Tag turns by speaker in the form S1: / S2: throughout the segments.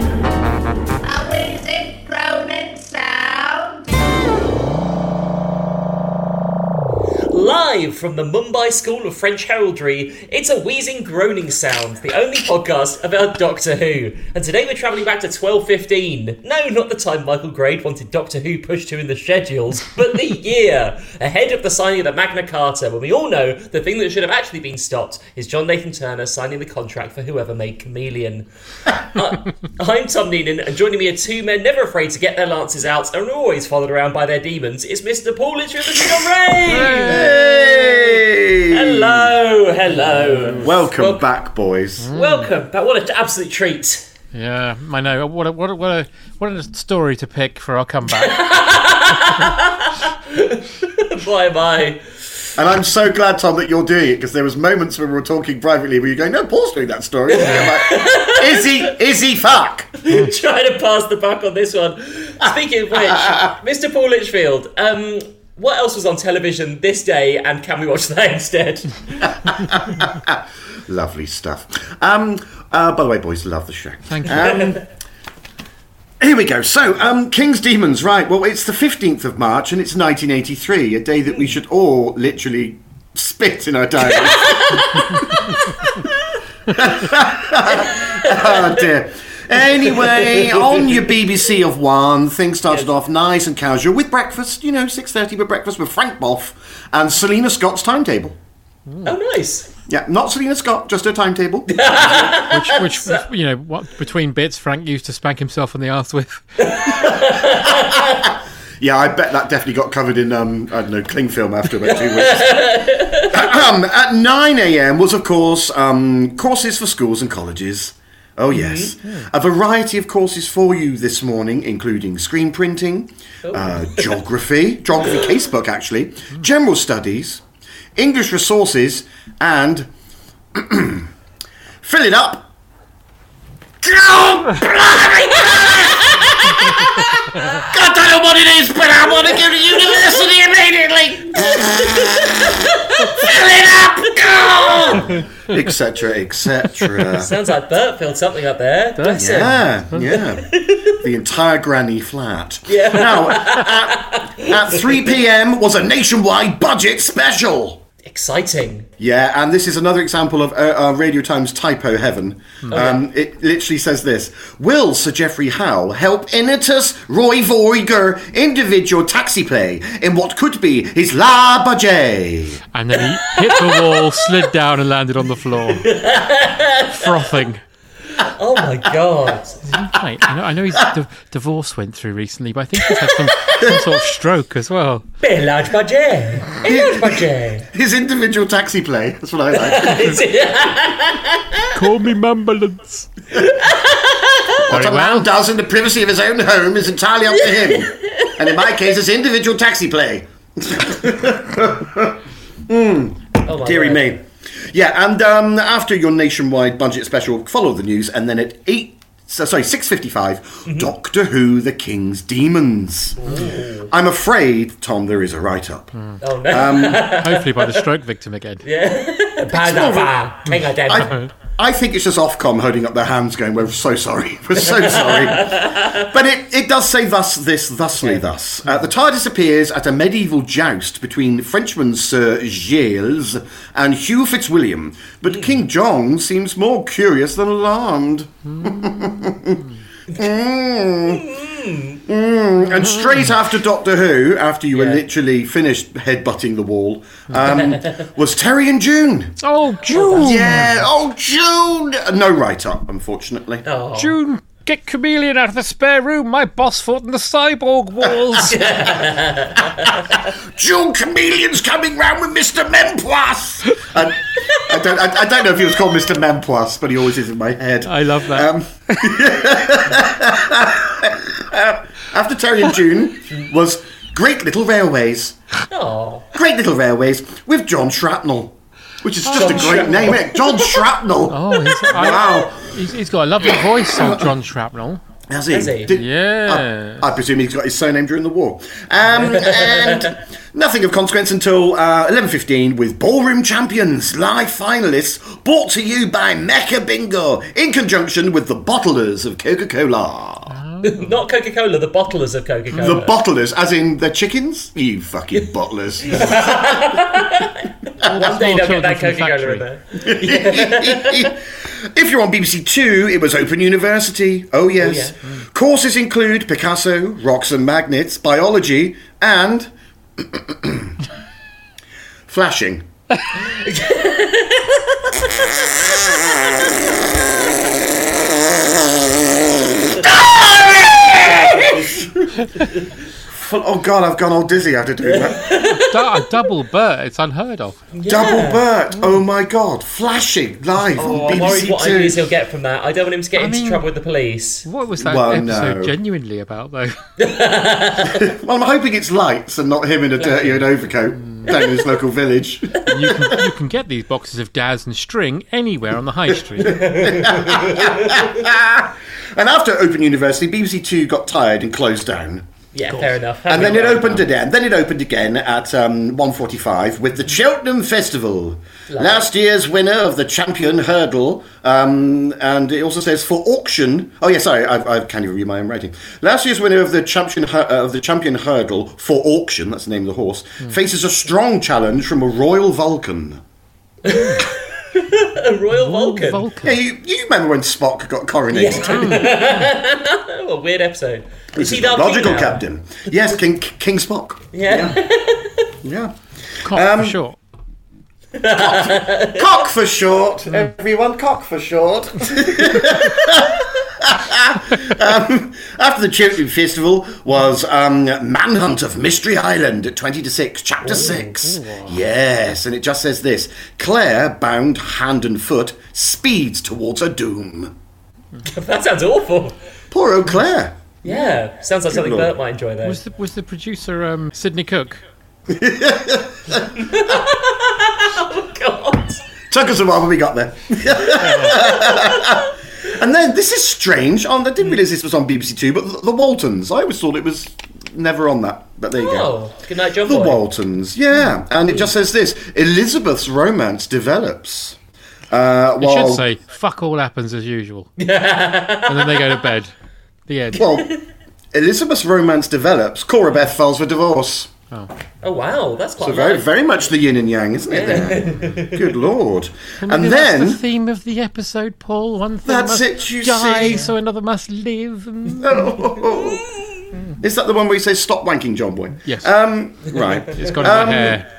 S1: How is it grown and sound?
S2: Live from the Mumbai School of French Heraldry, it's a wheezing, groaning sound, the only podcast about Doctor Who. And today we're travelling back to 1215. No, not the time Michael Grade wanted Doctor Who pushed to in the schedules, but the year ahead of the signing of the Magna Carta, when we all know the thing that should have actually been stopped is John Nathan Turner signing the contract for whoever made Chameleon. Uh, I'm Tom Neenan, and joining me are two men never afraid to get their lances out and are always followed around by their demons. It's Mr. Paul Lynch and Mr. John Ray! Hello, hello.
S3: Welcome
S2: Wel-
S3: back, boys.
S2: Welcome. But what an absolute treat.
S4: Yeah, I know. What a, what a, what a, what a story to pick for our comeback.
S2: Bye bye.
S3: And I'm so glad, Tom, that you're doing it because there was moments when we were talking privately where you're going, "No, Paul's doing that story." isn't he?" I'm like, is he? Is he? Fuck!
S2: Trying to pass the buck on this one. Speaking of which, Mr. Paul Litchfield, um, what else was on television this day and can we watch that instead?
S3: Lovely stuff. Um, uh, by the way, boys, love the show.
S4: Thank you.
S3: Um, here we go. So, um, King's Demons, right? Well, it's the 15th of March and it's 1983, a day that we should all literally spit in our diaries. oh dear. Anyway, on your BBC of One, things started off nice and casual with breakfast. You know, six thirty with breakfast with Frank Boff and Selena Scott's timetable.
S2: oh, nice.
S3: Yeah, not Selena Scott, just her timetable.
S4: Which, which you know, what between bits, Frank used to spank himself on the arse with.
S3: Yeah, I bet that definitely got covered in um, I don't know cling film after about two weeks. Ahem. At nine a.m. was, of course, um, courses for schools and colleges. Oh yes, a variety of courses for you this morning, including screen printing, uh, geography, geography casebook actually, general studies, English resources, and fill it up. Oh, bloody God, I don't know what it is, but I want to go to university immediately. Fill it up, etc., etc.
S2: Sounds like Bert filled something up there. uh, Bless him.
S3: Yeah, yeah. The entire granny flat.
S2: Yeah.
S3: Now, at, at 3 p.m. was a nationwide budget special.
S2: Exciting.
S3: Yeah, and this is another example of uh, uh, Radio Times typo heaven. Um, it literally says this Will Sir Geoffrey Howe help Inatus Roy Voiger individual taxi play in what could be his La Budget?
S4: And then he hit the wall, slid down, and landed on the floor, frothing.
S2: Oh my god.
S4: Right, I know, I know his di- divorce went through recently, but I think he's had some, some sort of stroke as well.
S2: Bit large budget. Bit large budget. Oh
S3: His individual taxi play. That's what I like.
S2: Is it-
S4: Call me Mumbulance.
S3: what a
S4: Very well.
S3: man does in the privacy of his own home is entirely up to him. and in my case, it's individual taxi play.
S2: Oh my
S3: Deary
S2: word.
S3: me. Yeah, and um, after your nationwide budget special, follow the news, and then at eight, so- sorry, six Doctor Who: The King's Demons. I'm afraid, Tom, there is a write-up.
S2: Oh no.
S3: Um,
S4: Hopefully by the stroke victim again.
S2: Padava. King of Denmark.
S3: I, I think it's just Ofcom holding up their hands, going, "We're so sorry, we're so sorry." but it, it does say thus, this, thusly, thus. Uh, the TARDIS appears at a medieval joust between Frenchman Sir Giles and Hugh Fitzwilliam, but King John seems more curious than alarmed. Mm. And straight after Doctor Who, after you were literally finished headbutting the wall, um, was Terry and June.
S4: Oh, June!
S3: Yeah, oh June. No write up, unfortunately.
S2: Oh.
S4: June Get Chameleon out of the spare room. My boss fought in the cyborg walls.
S3: Jewel Chameleon's coming round with Mr. Memplas! And I, don't, I, I don't know if he was called Mr. Memplas, but he always is in my head.
S4: I love that.
S3: Um, After Terry and June was Great Little Railways.
S2: Oh,
S3: Great Little Railways with John Shrapnel, which is just a great
S2: Shrapnel.
S3: name, isn't it? John Shrapnel!
S4: oh, he's, I-
S3: Wow. uh,
S4: he's- he's got a lovely voice, old John Shrapnel.
S3: Has he?
S2: Has he?
S3: Did-
S4: Yeah.
S3: I presume he's got his surname during the war. Um, and nothing of consequence until uh, 11.15 with Ballroom Champions, live finalists, brought to you by Mecca Bingo in conjunction with the bottlers of Coca-Cola.
S2: not Coca Cola, the bottlers of Coca Cola.
S3: The bottlers, as in the chickens? You fucking bottlers.
S2: One day
S4: More
S2: they'll get that
S4: children
S2: Coca
S4: from the
S2: Cola in
S4: factory.
S2: there.
S3: if you're on BBC Two, it was Open University. Oh, yes.
S2: yeah. Mm.
S3: Courses include Picasso, rocks and magnets, biology, and flashing. Oh god, I've gone all dizzy after doing that.
S4: Du- a double burr. It's unheard of.
S3: Double Bert. Oh my God! Flashing live
S2: Oh,
S3: on
S2: I'm worried
S3: BBC
S2: what
S3: Two.
S2: ideas he'll get from that. I don't want him to get into
S4: mean-
S2: trouble with the police.
S4: What was that
S3: Well,
S4: episode
S3: no.
S4: genuinely about, though?
S3: Well, I'm hoping it's lights and not him in a dirty old overcoat down in his local village.
S4: you, can, you can get these boxes of Daz and String anywhere on the high street.
S3: And after Open University, BBC Two got tired and closed down.
S2: Yeah, fair enough.
S3: And
S2: Have
S3: then
S2: it.
S3: it opened again. Then it opened again at um, 1:45 with the Cheltenham Festival, last year's winner of the Champion Hurdle. Um, and it also says for auction. Oh yeah, sorry, I, I can't even read my own writing. Last year's winner of the Champion Hur- uh, of the Champion Hurdle for auction. That's the name of the horse. Faces a strong challenge from a Royal Vulcan.
S2: a Royal Vulcan.
S3: Yeah,
S4: Vulcan.
S3: you, you remember when Spock got coronated?
S2: Oh, a weird episode.
S3: This
S2: Is he
S3: is
S2: now king
S3: logical
S2: now?
S3: captain. Yes, King King Spock.
S2: Yeah.
S3: Yeah.
S4: Cock
S3: Um,
S4: for short.
S3: Cock for short. Everyone, cock for short. Um, after the Cheltenham Festival was um, Manhunt of Mystery Island at 20 to 6, Chapter 6. Yes, and it just says this Claire, bound hand and foot, speeds towards her doom.
S2: that sounds awful.
S3: Poor old Claire.
S2: Yeah, sounds like something
S3: lord.
S2: Bert might enjoy there.
S4: Was the, was the producer um, Sydney Cook?
S2: God.
S3: Took us a while, but we got there. and then this is strange. On I didn't realise this was on BBC Two, but the, the Waltons. I always thought it was never on that, but there you go.
S2: Oh, good night, John
S3: The
S2: Boy.
S3: Waltons, yeah. And it just says this: Elizabeth's romance develops. Uh,
S4: It
S3: while
S4: should say, fuck all happens as usual. and then they go to bed. The end.
S3: well, Elizabeth's romance develops. Cora Beth files for divorce.
S2: Oh wow, that's quite.
S3: So very,
S2: nice.
S3: very much the yin and yang, isn't it? There? Good lord. and
S4: Maybe
S3: then
S4: that's the theme of the episode, Paul. One thing
S3: That's
S4: must
S3: it, you
S4: die,
S3: see. Um,
S4: so another must live. and-
S3: is that the one where you say "Stop wanking, John Boy"?
S4: Yes.
S3: Um, right.
S4: It's got in
S3: um,
S4: my hair.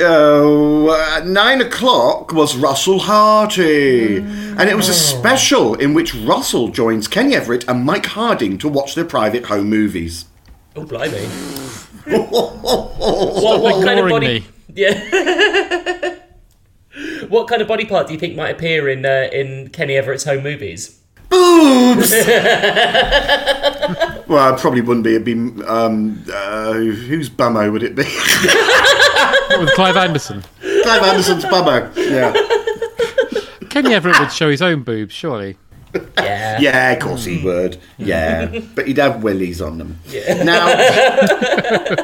S3: Oh, uh, nine o'clock was Russell Harty, and it was a special in which Russell joins Kenny Everett and Mike Harding to watch their private home movies.
S2: Oh blimey.
S3: well,
S2: What, what kind of
S4: boring
S2: body?
S4: me.
S2: Yeah. what kind of body part do you think might appear in uh, in Kenny Everett's home movies?
S3: it probably wouldn't be. It'd be um, uh, whose bummo would it be?
S4: With Clive Anderson.
S3: Clive Anderson's bummo. Yeah,
S4: Kenny Everett would show his own boobs, surely.
S2: Yeah.
S3: yeah, of course he would. Hmm. Yeah, but he'd have willies on them. Now,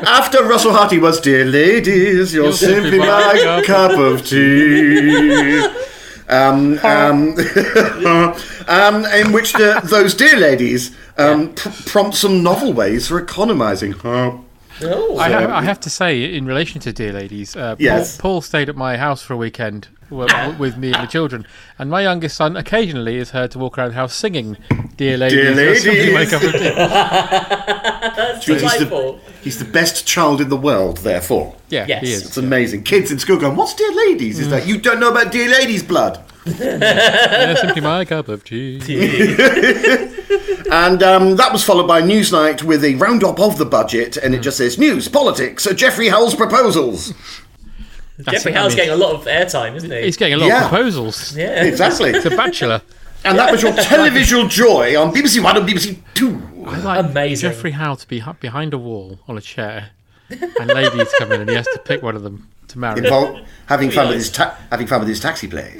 S3: after Russell Harty was "Dear Ladies, you're, simply, my cup of tea." um, in which the, those dear ladies um, pr- prompt some novel ways for economising. Huh.
S2: Oh.
S4: I have, I have to say, in relation to Dear Ladies, uh,
S3: Yes.
S4: Paul, Paul stayed at my house for a weekend w- w- with me and the children, and my youngest son occasionally is heard to walk around the house singing "Dear Ladies."
S3: Dear
S4: you're simply
S3: ladies.
S4: my cup of tea.
S3: He's the,
S2: delightful.
S3: he's the best child in the world, therefore.
S4: Yeah,
S2: Yes.
S4: he
S3: It's
S4: is.
S3: Hmm. amazing. Kids in school going, What's dear ladies? Is that you don't know about dear ladies' blood?
S4: They're simply my cup of tea.
S3: And um, that was followed by Newsnight with a roundup of the budget, and it just says news, politics, uh, Jeffrey Howell's proposals.
S4: That's
S2: Jeffrey
S4: it, I
S2: Howe's
S4: mean.
S2: getting a lot of airtime, isn't he?
S4: He's getting a lot
S3: Yeah.
S4: of proposals.
S2: yeah.
S3: Exactly.
S4: The Bachelor.
S3: and that was your televisual joy on BBC One and BBC Two.
S4: It's like
S2: Amazing.
S4: Jeffrey Howe to be h- behind a wall on a chair, and ladies come in, and he has to pick one of them to marry.
S3: Involved having fun with his ta- having fun with his taxi play.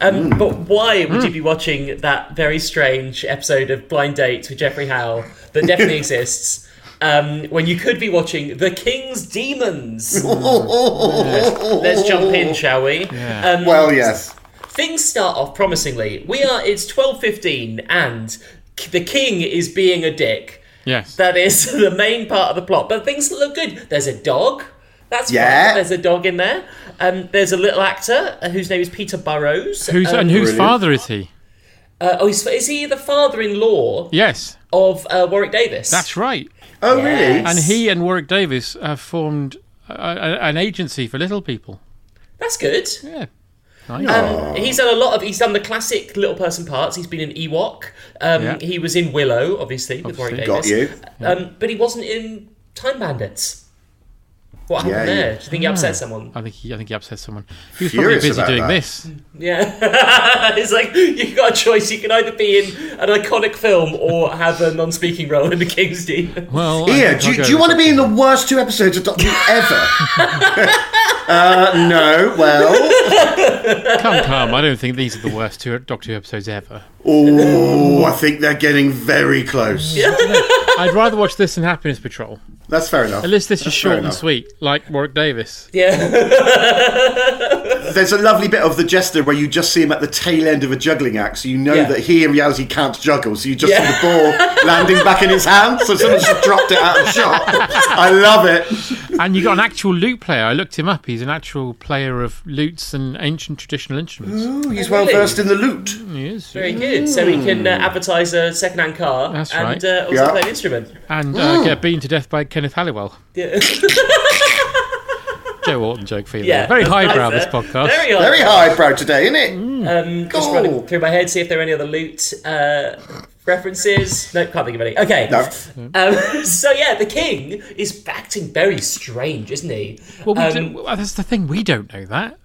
S2: Um,
S4: mm.
S2: But why would you be watching that very strange episode of Blind Date with Jeffrey Howell that definitely exists um, when you could be watching The King's Demons? Let's jump in, shall we? Um,
S3: Well, yes.
S2: things start off promisingly. We are. It's twelve fifteen, and k- the king is being a dick.
S4: Yes.
S2: That is the main part of the plot. But things look good. There's a dog. That's
S3: Yeah.
S2: fine. There's a dog in there. Um, there's a little actor uh, whose name is Peter Burrows.
S4: Who's
S2: Um,
S4: and whose
S3: Brilliant.
S4: father is he?
S2: uh, oh, is, is he the father-in-law
S4: Yes,
S2: of uh, Warwick Davis?
S4: that's right.
S3: Oh, really?
S2: Yes.
S4: And he and Warwick Davis have formed a, a, an agency for little people.
S2: That's good.
S4: Yeah.
S3: Oh.
S4: Nice.
S2: Um, he's done a lot of. He's done the classic little person parts. He's been in Ewok. Um,
S4: Yeah.
S2: He was in Willow, obviously, with Warwick
S4: Obviously.
S3: Got
S2: Davis.
S3: you.
S2: Um, but he wasn't in Time Bandits. What happened
S3: Yeah,
S2: there?
S3: yeah.
S2: Do you
S4: Ah.
S2: think he upset someone?
S4: I think he, I think he upset someone. He was
S3: Furious
S4: probably busy
S3: about
S4: doing
S3: that.
S4: this.
S2: Yeah, it's like you've got a choice. You can either be in an iconic film or have a non-speaking role in The King's Demon.
S4: Well, I
S3: Here,
S4: think
S3: do,
S4: I'll
S3: you-
S4: go
S3: do you
S4: with
S3: want to
S4: that.
S3: be in the worst two episodes of Doctor Who ever? uh, no, well.
S4: Come, come. I don't think these are the worst two Doctor Who episodes ever.
S3: Oh, I think they're getting very close.
S4: I'd rather watch this than Happiness Patrol.
S3: That's fair enough.
S4: At least this is
S3: fair
S4: short and
S3: enough.
S4: sweet, like Warwick Davis.
S2: Yeah,
S3: There's a lovely bit of the jester where you just see him at the tail end of a juggling act, so you know
S2: Yeah.
S3: that he in reality can't juggle. So you just
S2: Yeah.
S3: see the ball landing back in his hand. So someone's just dropped it out of shot. I love it.
S4: And you got an actual lute player. I looked him up. He's an actual player of lutes and ancient traditional instruments.
S3: Ooh, he's well versed in the lute.
S4: He is.
S2: very good. So he can uh, advertise a second-hand car
S4: Hmm. That's
S2: and
S4: right.
S2: uh, also
S3: Yeah.
S2: play an instrument.
S4: And
S3: Mm.
S4: uh, get beaten to death by Kenneth Halliwell.
S2: Yeah.
S4: Joe Orton joke for you.
S2: Yeah,
S4: there. very
S2: that's
S4: highbrow
S2: nice
S4: this
S2: there.
S4: podcast.
S2: Very high.
S3: Very highbrow today, isn't it?
S2: Mm. Um, Just
S3: Cool.
S2: running through my head, see if there are any other loot uh, references. No, can't think of any. Okay.
S3: No.
S2: Um, so yeah, the king is acting very strange, isn't he?
S4: well, we
S2: um,
S4: don't, well, that's the thing. We don't know that.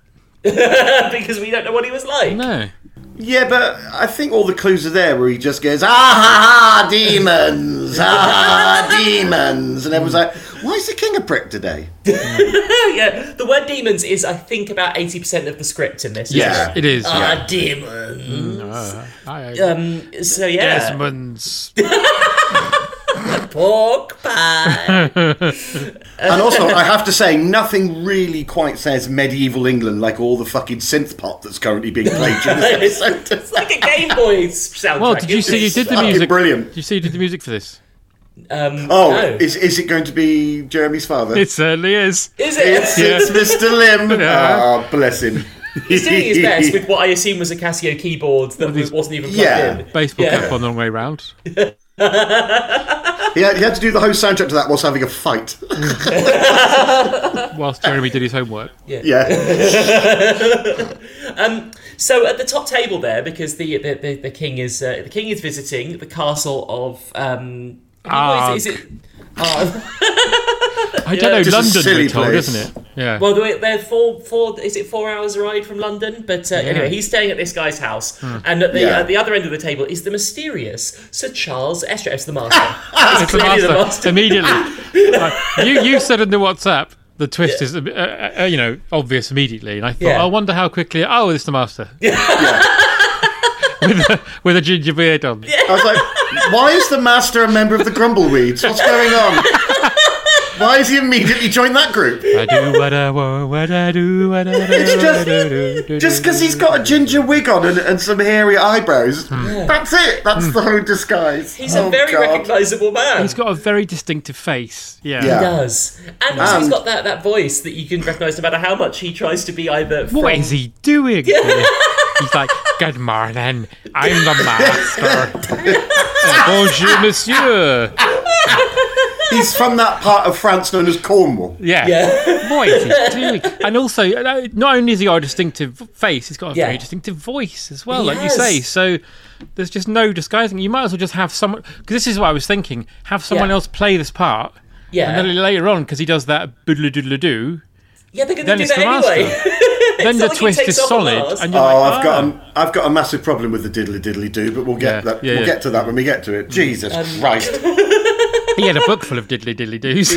S2: because we don't know what he was like.
S4: No.
S3: Yeah, but I think all the clues are there where he just goes, ah ha ha, demons, ah ha, ha, demons. And everyone's like, why is the king a prick today?
S2: Oh, Yeah, the word demons is, I think, about eighty percent of the script in this. isn't
S3: Yeah.
S2: it?
S4: It is.
S2: Ah, demons.
S4: I,
S2: Um, so yeah,
S4: Desmond's.
S2: pork pie.
S3: And also, I have to say, nothing really quite says medieval England like all the fucking synth pop that's currently being played during this
S2: it's,
S3: episode.
S2: it's like a Game Boy soundtrack.
S4: Well, did you see you did the
S3: fucking
S4: music?
S3: brilliant.
S4: Did you see you did the music for this?
S2: Um,
S3: Oh,
S2: no.
S3: is, is it going to be Jeremy's father?
S4: It certainly is.
S2: is it?
S3: It's, it's Mr. Lim. Ah, bless him.
S2: He's doing his best with what I assume was a Casio keyboard that wasn't even plugged
S3: Yeah.
S2: in.
S4: Baseball
S2: Yeah.
S4: cap on the wrong way round.
S3: He had, he had to do the whole soundtrack to that whilst having a fight.
S4: Whilst Jeremy did his homework.
S3: yeah.
S2: So at the top table there, because the the, the, the king is uh, the king is visiting the castle of um. what Is, it- is it? Ah,
S4: I don't know.
S3: Just a
S4: London,
S3: silly
S4: we're told,
S3: place.
S4: isn't it? Yeah.
S2: well, they're, they're four four. Is it four hours ride from London? But uh, anyway, he's staying at this guy's house,
S4: Hmm.
S2: and at the
S3: Yeah.
S2: at the other end of the table is the mysterious Sir Charles Estrada, the master.
S4: it's the
S2: clearly
S4: master,
S2: the master.
S4: immediately. Like, you you said in the WhatsApp the twist is is uh, uh, you know obvious immediately, and I thought
S2: Yeah.
S4: I wonder how quickly. Oh, it's the master. with, a, with a ginger beard on.
S3: I was like, why is the master a member of the Grumbleweeds? What's going on? Why has he immediately joined that group?
S4: I do what I want, what I do, what I do.
S3: It's
S4: what I do, do,
S3: just just
S4: do.
S3: because he's got a ginger wig on and, and some hairy eyebrows.
S4: Hmm.
S3: That's it. That's the whole disguise.
S2: He's
S3: Oh,
S2: a very
S3: God.
S2: recognisable man.
S4: He's got a very distinctive face. Yeah.
S3: Yeah.
S2: does, and also he's
S3: And-
S2: got that, that voice that you can recognise no matter how much he tries to be either. From,
S4: What is he doing? he's like, good morning, Oh, I'm the master. Bonjour, monsieur.
S3: He's from that part of France known as Cornwall.
S4: Yeah.
S2: Yeah.
S4: Voice. It's really- and also, uh, not only has he got a distinctive face, he's got a
S2: Yeah.
S4: very distinctive voice as well,
S2: He
S4: like
S2: has.
S4: you say. So there's just no disguising. You might as well just have someone, because this is what I was thinking, have someone
S2: Yeah.
S4: else play this part.
S2: Yeah.
S4: And then later on, because he does that boodle doodle doo,
S2: yeah, they're going to
S4: then
S2: do
S4: it's
S2: that
S4: the master.
S2: anyway.
S4: then
S2: not
S4: the
S2: like he
S4: twist
S2: takes
S4: is
S2: off at
S4: solid.
S2: last.
S4: And you're
S3: Oh,
S4: like,
S3: I've
S4: "Ah."
S3: got a, I've got a massive problem with the diddly diddly do, but we'll get
S4: Yeah,
S3: that.
S4: yeah,
S3: we'll
S4: yeah. Hmm.
S3: get to that when we get to it. Jesus
S2: Um,
S3: Christ!
S4: He had a book full of diddly diddly doos.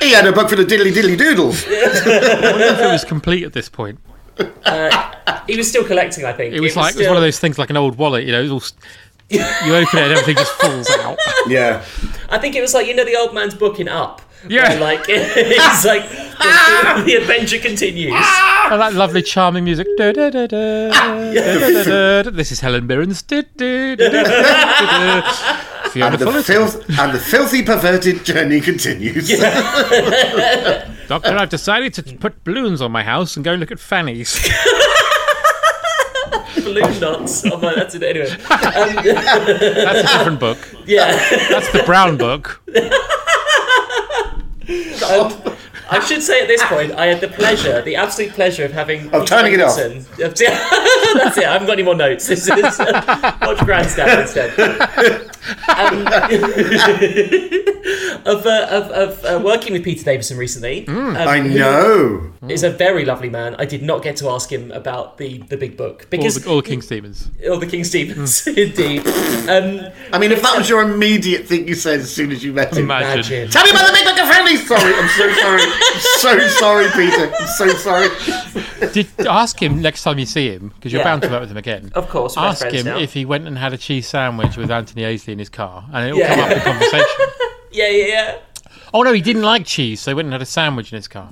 S3: He had a book for the diddly diddly doodles.
S4: it was complete at this point.
S2: He was still collecting, I think.
S4: It was like it was one of those things, like an old wallet. You know, it was all. You open it and everything just falls out.
S3: Yeah,
S2: I think it was like you know the old man's booking up.
S4: Yeah.
S2: where, like it's like the, the adventure continues.
S4: And that lovely, charming music. Da, da, da, da, da, da, da. This is Helen Mirren's. Da, da, da, da, da, da. Fiona
S3: and the
S4: Fullerton.
S3: filth and the filthy perverted journey continues.
S4: Doctor, I've decided to put balloons on my house and go look at Fanny's.
S2: Balloon knots. Oh my, that's it. Anyway,
S4: That's a different book.
S2: yeah.
S4: That's the brown book.
S2: Um, I should say at
S4: Ah!
S2: this point, I had the pleasure, the absolute pleasure of having. Of
S3: turning it off.
S2: That's it. I haven't got any more notes. This is uh, watch Grandstand instead. Um, of uh, of, of uh, working with Peter Davison recently.
S4: Mm.
S2: uh,
S3: I
S2: Um,
S3: know.
S4: Hmm.
S2: is a very lovely man. I did not get to ask him about the, the big book
S4: All
S2: because
S4: the, all the King Stevens.
S2: all Oh, the King Stevens, indeed. Um,
S3: I mean, if that was your immediate thing you said as soon as you met him.
S4: Imagine.
S2: imagine.
S3: Tell me about the Big Book of Friendly. Sorry, I'm so sorry. I'm so sorry, Peter. I'm so sorry.
S4: Did, ask him next time you see him, because you're
S2: Yeah.
S4: bound to work with him again.
S2: Of course, we're
S4: Ask
S2: friends
S4: him
S2: now.
S4: if he went and had a cheese sandwich with Anthony Aisley in his car, and it'll
S2: Yeah.
S4: come up in conversation.
S2: Yeah, yeah, yeah.
S4: Oh no, he didn't like cheese, so he went and had a sandwich in his car.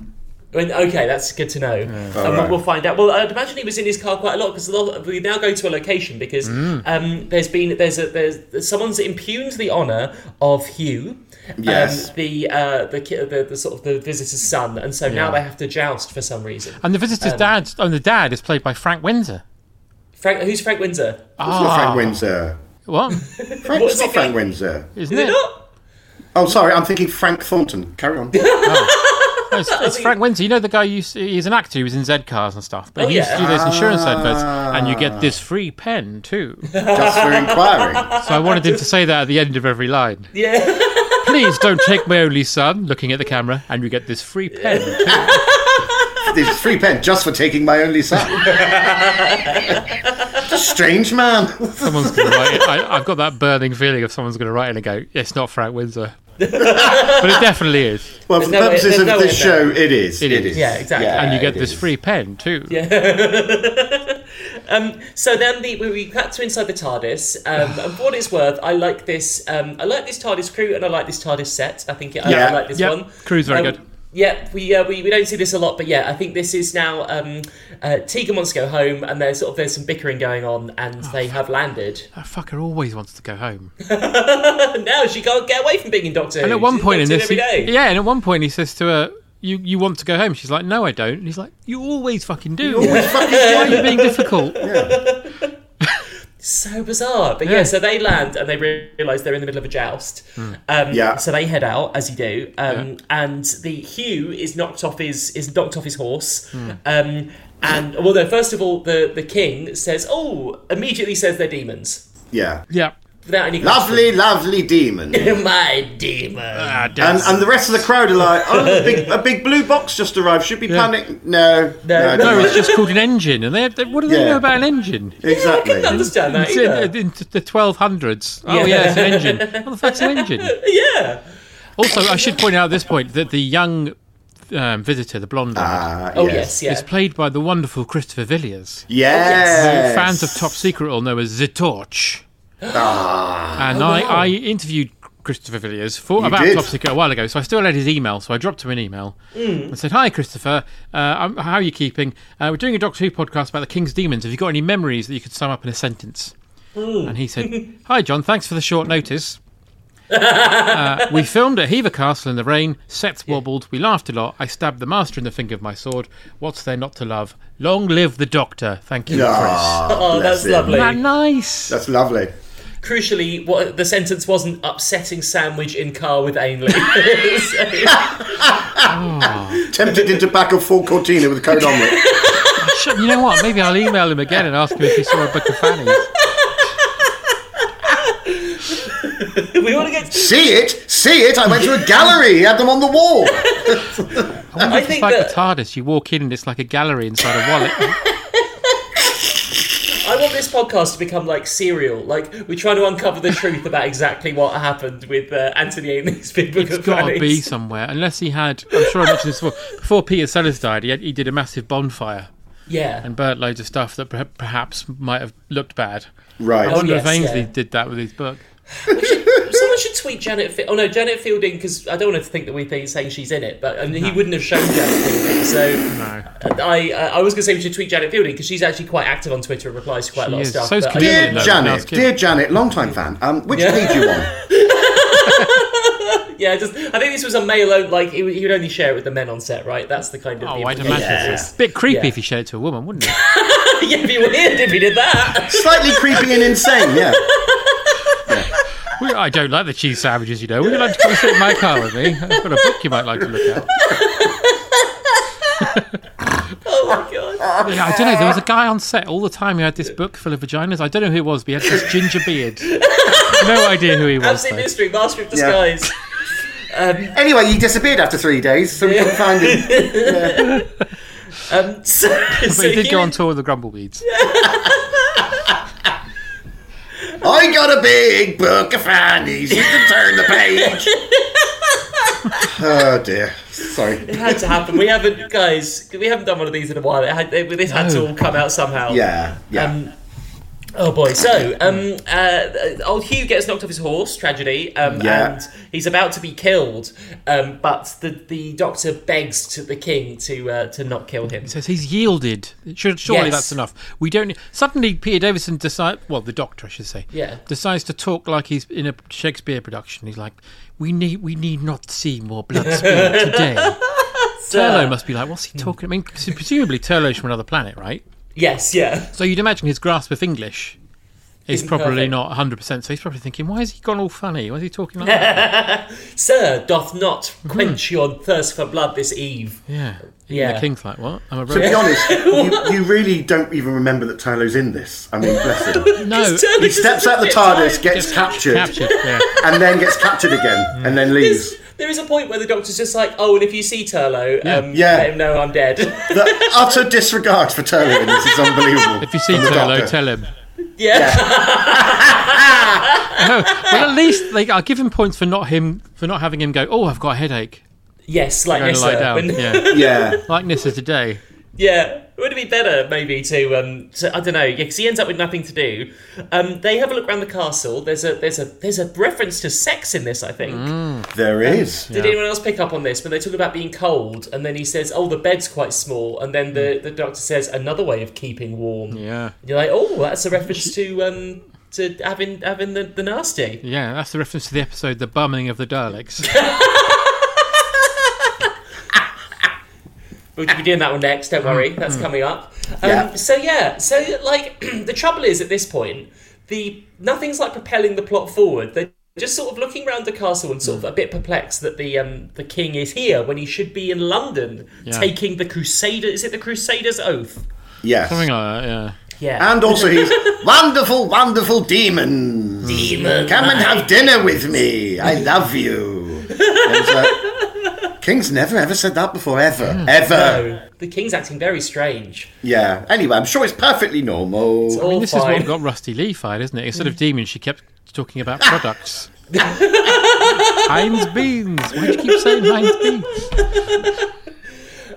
S2: When- okay, that's good to know. and we'll-
S3: Alright.
S2: we'll find out. Well, I'd imagine he was in his car quite a lot because we now go to a location because um, there's been there's a there's someone's impugned the honour of Hugh.
S3: Yes.
S2: Um, the, uh, the ki- the the sort of the visitor's son, and so now they have to joust for some reason.
S4: And the visitor's
S2: Um,
S4: dad, oh, the dad is played by Frank Windsor.
S2: Frank, who's Frank Windsor?
S3: It's not
S4: Ah.
S3: Frank Windsor.
S4: What?
S3: Frank,
S2: What's
S3: it's not
S2: it
S3: Frank
S2: called?
S3: Windsor.
S4: Isn't
S2: Is it
S4: it?
S2: not?
S3: Oh, sorry, I'm thinking Frank Thornton. Carry on.
S4: No, it's, it's Frank Windsor. You know the guy. You he's an actor. He was in Z cars and stuff. But
S2: Oh,
S4: he used to
S2: yeah. Ah.
S4: do those insurance adverts, and you get this free pen too. So
S3: Just for inquiring.
S4: I wanted him to say that at the end of every line.
S2: Yeah.
S4: Please don't take my only son. Looking at the camera, and you get this free pen. too.
S3: This free pen just for taking my only son. Just strange man.
S4: Someone's going to write it. I, I've got that burning feeling of someone's going to write it and go, "It's not Frank Windsor," but it definitely is.
S3: Well, for the
S2: no way-
S3: purposes
S2: there's
S3: of
S2: no
S3: this
S2: way in
S3: show, it is. It,
S4: It
S3: it
S4: is.
S3: is.
S2: Yeah, exactly.
S4: And you
S3: it
S4: get this
S3: is.
S4: free pen too.
S2: So then the, we, we cut to inside the TARDIS. Um, and for what it's worth, I like this. Um, I like this TARDIS crew and I like this TARDIS set. I think it, I- I,
S3: Yeah.
S2: like this
S4: Yep.
S2: one.
S4: Crew's very
S2: Um,
S4: good.
S2: Yeah, we, uh, we we don't see this a lot, but yeah, I think this is now. Um, uh, Tegan wants to go home, and there's sort of there's some bickering going on, and
S4: Oh,
S2: they have landed.
S4: That fucker always wants to go home.
S2: And now she can't get away from being in Doctor.
S4: And
S2: Who.
S4: at one
S2: She's
S4: point in
S2: Doctor Who
S4: this,
S2: every day.
S4: he, yeah, and at one point he says to her, "You you want to go home?" She's like, "No, I don't." And he's like, "You always fucking do. Why are you being difficult?"
S2: so bizarre. But yeah.
S4: Yeah. Hmm.
S2: so they land and they realise they're in the middle of a joust. Um,
S3: Yeah.
S2: So they head out as you do, um, and the Hugh is knocked off his is knocked off his horse.
S4: Hmm.
S2: Um, and well, no, first of all, the the king says, "Oh!" Immediately says they're demons
S3: Yeah.
S4: Yeah.
S2: without any
S3: Lovely, lovely demon.
S2: question. My demon.
S4: Ah.
S3: And, and the rest of the crowd are like, oh, a big, a big blue box just arrived. Should be panic. No,
S2: No,
S3: no,
S4: no,
S3: no,
S4: it's just called an engine, and they, they what do they
S3: Yeah.
S4: know about an engine?
S3: exactly.
S2: I understand that
S4: It's in, uh,
S2: either.
S4: in the 1200s.
S2: Yeah.
S4: Oh yeah, it's an engine. What the fuck's an engine?
S2: Yeah.
S4: Also, I should point out at this point that the young um, visitor, the blonde, one,
S3: Ah,
S2: Oh yes.
S4: is played by the wonderful Christopher Villiers.
S3: Yes.
S4: Fans
S2: Ah,
S4: of Top Secret all know as the Torch.
S2: Oh,
S4: and I, I interviewed Christopher Villiers for about
S3: Ah. did.
S4: Top Secret a while ago, so I still had his email. So I dropped him an email
S2: Mm.
S4: and said, "Hi, Christopher, uh, um, how are you keeping? Uh, we're doing a Doctor Who podcast about the King's Demons. Have you got any memories that you could sum up in a sentence?" And he said, "Hi, John. Thanks for the short notice." uh, we filmed at Hever Castle in the rain. Sets wobbled. We laughed a lot. I stabbed the master in the finger of my sword. What's there not to love? Long live the doctor. Thank you, Chris.
S3: Ah,
S2: Oh,
S3: bless
S2: that's
S3: him.
S2: lovely.
S4: Isn't that nice?
S3: That's lovely.
S2: Crucially, what the sentence wasn't upsetting sandwich in car with Ainley. So-
S3: Tempted into back of full cortina with cold omelette.
S4: Shit, You know what? Maybe I'll email him again and ask him if he saw a book of fannies.
S2: we want to get.
S3: See it, see it. I went to a gallery, had them on the wall.
S2: I
S4: It's
S2: think
S4: like
S2: that
S4: the TARDIS. You walk in and it's like a gallery inside a wallet.
S2: I want this podcast to become like serial. Like we're trying to uncover the truth about exactly what happened with uh, Anthony Ainley's big book
S4: It's
S2: of
S4: got to
S2: Fannies.
S4: be somewhere, unless he had. I'm sure I mentioned this before. Before Peter Sellers died, he, had, he did a massive bonfire
S2: Yeah.
S4: and burnt loads of stuff that per- perhaps might have looked bad.
S3: Right.
S4: I wonder if
S2: yes,
S4: Ainsley
S2: yeah.
S4: did that with his book.
S2: Someone should tweet Janet. Fi- oh no, Janet Fielding, because I don't want her to think that we think saying she's in it, but and he wouldn't have shown Janet Fielding. So uh, I, I was going to say we should tweet Janet Fielding because she's actually quite active on Twitter and replies to quite a lot
S4: is.
S2: of stuff.
S4: So's
S2: but I-
S4: Chameleon.
S3: Dear
S4: Yeah, no, when I was a
S3: Janet,
S4: kid.
S3: dear Janet, long time fan. Um, which page you on?
S2: yeah, just I think this was a male own like he, would- he would only share it with the men on set, right? That's the kind of
S4: Oh,
S2: the
S4: I'd imagine
S2: implication.
S4: it's a bit creepy
S2: Yeah.
S4: if you showed it to a woman, wouldn't it?
S2: yeah, it'd be weird if he did that.
S3: Slightly creepy and insane. Yeah.
S4: We- I don't like the cheese sandwiches, you know. Would you like to come sit in my car with me? I've got a book you might like to look at.
S2: Oh my god.
S4: Yeah, I don't know. There was a guy on set all the time who had this book full of vaginas. I don't know who it was, but he had this ginger beard. No idea who he was.
S2: Absolute
S4: Though.
S2: mystery, master of disguise.
S3: Anyway, he disappeared after three days, so we couldn't find him.
S2: Um, so, so
S4: But he did go
S2: human-
S4: on tour with the Grumbleweeds.
S3: I got a big book of fannies. You can turn the page. oh dear. Sorry.
S2: had to happen. We haven't, guys. We haven't done one of these in a while. It had, it, this had to all come out somehow.
S3: Yeah. Yeah.
S2: Um, oh boy. So, um, uh, old Hugh gets knocked off his horse. Tragedy. Um,
S3: Yeah.
S2: And he's about to be killed. Um, but the the doctor begs to the king to uh, to not kill him.
S4: Says he's yielded. Should, surely
S2: Yes.
S4: that's enough. We don't. Suddenly, Peter Davison decides. Well, the doctor, I should say.
S2: Yeah.
S4: Decides to talk like he's in a Shakespeare production. He's like, "We need, we need not see more blood spilled today." Turlo must be like, "What's he talking?" I mean, presumably Turlo's from another planet, right?
S2: Yes. Yeah.
S4: So you'd imagine his grasp of English is
S2: Isn't
S4: probably
S2: perfect.
S4: not 100%. So he's probably thinking, why has he gone all funny? Why is he talking like that?
S2: Sir, doth not
S4: Hmm.
S2: quench your thirst for blood this eve.
S4: Yeah. yeah.
S2: Yeah.
S4: The king's like, what? I'm a
S3: To be
S4: robot.
S3: honest, you, you really don't even remember that Tylo's in this. I mean, bless him.
S4: No.
S2: Turlo
S3: He
S2: just
S3: steps out the
S2: admits
S3: TARDIS,
S2: I'm-
S3: gets captured,
S4: Captured. Yeah.
S3: and then gets captured again, and then leaves.
S2: There is a point where the doctor's just like, oh, and if you see Turlo, um,
S3: Yeah.
S2: let him know I'm dead.
S3: The utter disregard for Turley in this is unbelievable.
S4: If you see
S3: From the
S4: Turlo,
S3: doctor.
S4: tell him.
S2: yeah.
S4: Well, at least like, I'll give him points for not him for not having him go. Oh, I've got a headache.
S2: Yes, like
S4: Going
S2: yes,
S4: to lie
S2: sir.
S4: down.
S2: When-
S4: Yeah,
S3: Yeah.
S4: likeness of today.
S2: yeah. Would it be better maybe to um to, I don't know, yeah, because he ends up with nothing to do. Um they have a look around the castle. There's a there's a there's a reference to sex in this, I think.
S4: Mm.
S3: There is.
S2: Did anyone else pick up on this? When they talk about being cold and then he says, Oh, the bed's quite small and then the, the doctor says another way of keeping warm.
S4: Mm. Yeah,
S2: You're like, Oh, that's a reference to um to having having the, the nasty.
S4: yeah. That's the reference to the episode, the bumming of the Daleks.
S2: We'll be doing that one next. Don't worry,
S4: Mm-hmm.
S2: that's coming up. Um,
S3: Yeah.
S2: So yeah, so like the trouble is at this point, the nothing's like propelling the plot forward. They're just sort of looking around the castle and
S4: Mm.
S2: sort of a bit perplexed that the um, the king is here when he should be in London
S4: Yeah.
S2: taking the Crusader. Is it the Crusader's oath?
S3: Yes.
S4: Something like that. Yeah.
S2: Yeah.
S3: And also he's wonderful, wonderful demon.
S2: Demon.
S3: Come and have dinner with me. I love you. And it's like, King's never ever said that before, ever, ever.
S2: No, the king's acting very strange.
S3: Yeah. Anyway, I'm sure it's perfectly normal.
S2: All
S4: This
S2: fine. Mm.
S4: is what got Rusty Lee fired, isn't it? Instead of demons, she kept talking about products. Heinz beans. Why do you keep saying Heinz beans?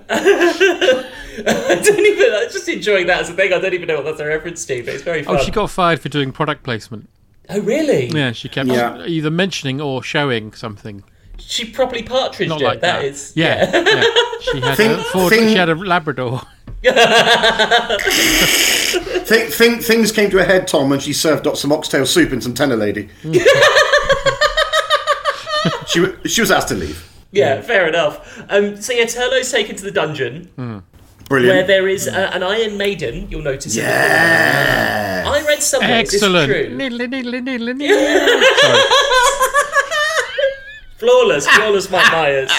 S2: I don't even. I'm just enjoying that as a thing. I don't even know what that's a reference to, but it's very fun.
S4: Oh, she got fired for doing product placement.
S2: Oh, really?
S4: Yeah, she kept
S3: Yeah.
S4: either mentioning or showing something.
S2: She properly partridged
S4: Not
S2: it.
S4: like that.
S2: that is.
S4: yeah, yeah. She had
S3: Think-
S4: a Ford,
S3: think-
S4: she had a Labrador.
S3: Th- thing things came to a head, Tom, when she served up some oxtail soup and some tenor lady. she, wa- she was asked to leave.
S2: Yeah, fair enough. Um, so yeah, Turlo's taken to the dungeon.
S3: Brilliant.
S2: where there is uh, an Iron Maiden. You'll notice. in the film.
S3: Yeah.
S2: I read somewhere. is this
S4: Excellent.
S2: true?
S4: Niddly, niddly, niddly, niddly. Sorry.
S2: Flawless, flawless Mike Myers.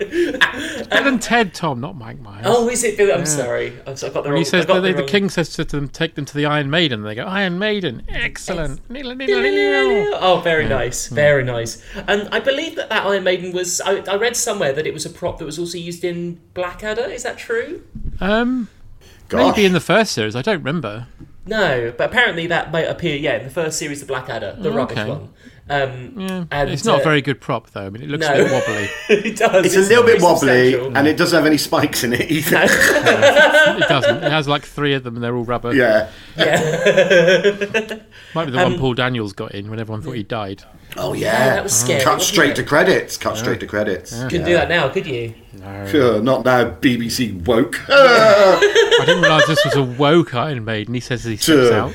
S4: It's better than Ted, Tom, not Mike Myers.
S2: Oh, is it? I'm sorry. I'm sorry. I got the wrong.
S4: He says
S2: I got
S4: the,
S2: the,
S4: the,
S2: wrong-
S4: king says to them, "Take them to the Iron Maiden." They go, "Iron Maiden, excellent."
S2: Oh, very nice,
S4: Hmm.
S2: very nice. And I believe that that Iron Maiden was. I, I read somewhere that it was a prop that was also used in Blackadder. Is that true?
S4: Um,
S3: Gosh.
S4: maybe in the first series, I don't remember.
S2: No, but apparently that might appear. Yeah, in the first series of Blackadder, the rubbish
S4: Oh, okay.
S2: one. Um,
S4: Yeah.
S2: And,
S4: it's not
S2: uh,
S4: a very good prop, though. I mean, it looks
S2: No.
S4: a bit wobbly.
S2: it does.
S3: It's a little
S2: very
S3: bit wobbly,
S2: substantial.
S3: and it doesn't have any spikes in it either.
S4: It doesn't. It has like three of them, and they're all rubber.
S3: yeah.
S4: Might be the
S2: Um,
S4: one Paul Daniels got in when everyone thought he died.
S3: Oh yeah.
S2: that was scary,
S3: Cut
S2: wasn't
S3: straight
S2: it?
S3: to credits. Cut straight to credits.
S2: Couldn't do that now, could you?
S3: Sure, not now. BBC woke.
S4: I didn't realise this was a woke Iron Maiden. He says as he steps
S3: Sure.
S4: out.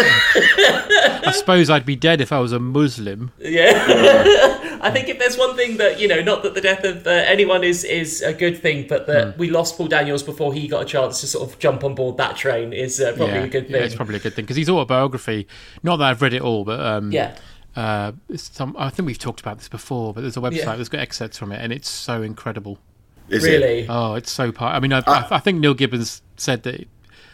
S4: I suppose I'd be dead if I was a Muslim.
S2: Yeah. I think if there's one thing that you know, not that the death of uh, anyone is is a good thing, but
S3: Hmm.
S2: that we lost Paul Daniels before he got a chance to sort of jump on board that train is uh, probably
S4: yeah,
S2: a good
S4: yeah,
S2: thing.
S4: it's probably a good thing because his autobiography. Not that I've read it all, but um,
S2: Yeah.
S4: Uh, some, I think we've talked about this before, but there's a website
S2: Yeah.
S4: that's got excerpts from it, and it's so incredible.
S3: Is it?
S2: really.
S4: Oh, it's so part. I mean, I,
S3: Ah.
S4: I, I think Neil Gibbons said that,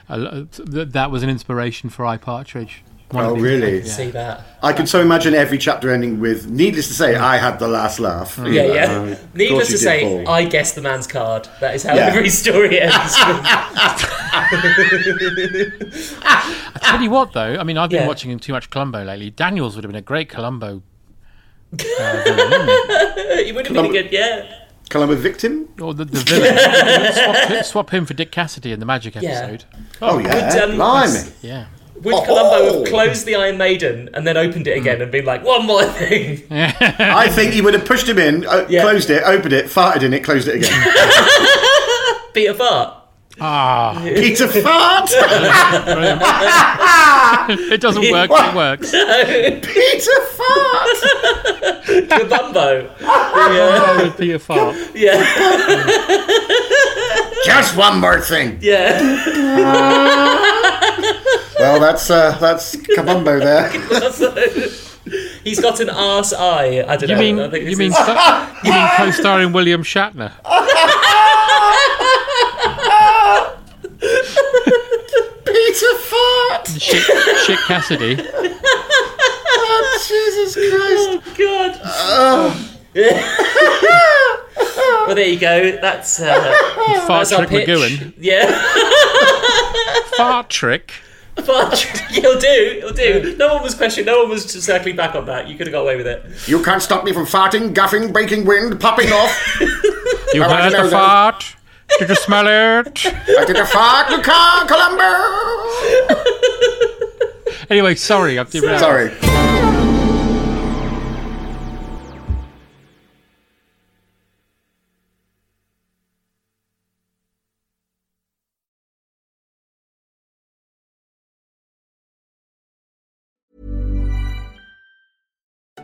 S4: uh, that that was an inspiration for I Partridge. One
S3: Oh
S4: of the-
S3: really?
S2: See that?
S3: I can so imagine every chapter ending with. Needless to say, I had the last laugh.
S2: Yeah,
S3: You know,
S2: yeah.
S3: um, of
S2: Needless
S3: course
S2: to
S3: you did,
S2: say,
S3: Paul.
S2: I guess the man's card. That is how
S3: Yeah.
S2: every story ends.
S4: I tell you what, though. I mean, I've been
S2: Yeah.
S4: watching too much Columbo lately. Daniels would have been a great Columbo. Uh, villain, wouldn't he?
S2: it would have been a good, yeah.
S3: Columbo victim.
S2: Oh,
S4: or Oh, the, the villain. swap, him, swap him for Dick Cassidy in the Magic episode.
S3: Oh yeah.
S2: Would, um,
S3: Blimey.
S4: Yeah.
S2: Would Columbo
S3: Oh. Hmm.
S2: have closed the Iron Maiden and then opened it again and been like, one more thing?
S3: I think he would have pushed him in, o-
S2: Yeah.
S3: closed it, opened it, farted in it, closed it again.
S2: Beat a fart.
S4: Ah,
S3: Peter fart.
S4: it doesn't work. but it works.
S3: Peter fart.
S2: Columbo.
S4: Oh, it'd be a fart.
S2: Yeah,
S3: Just one more thing.
S2: yeah.
S3: Well, that's uh, that's Columbo there.
S2: He's got an arse eye. I don't
S4: You
S2: know.
S4: mean
S2: I think
S4: you
S2: this
S4: mean
S2: is-
S4: sta- you mean co-starring William Shatner?
S3: Peter fart.
S4: Shit, shit Cassidy.
S3: Oh, Jesus Christ.
S2: Oh, God.
S4: Ah.
S2: well, there you go. That's uh,
S4: Fart
S2: that's our
S4: Trick
S2: pitch.
S4: McGowan.
S2: Yeah,
S4: Fart Trick.
S2: but he'll do. He'll do. No one was questioning. No one was just circling back on that. You could have got away with it.
S3: You can't stop me from farting, guffing, breaking wind, popping off.
S4: You
S3: I
S4: heard
S3: know that.
S4: the fart. Did you smell it?
S3: I did a fart, you can't, Columbo.
S4: Anyway, sorry, I've derailed.
S3: Sorry.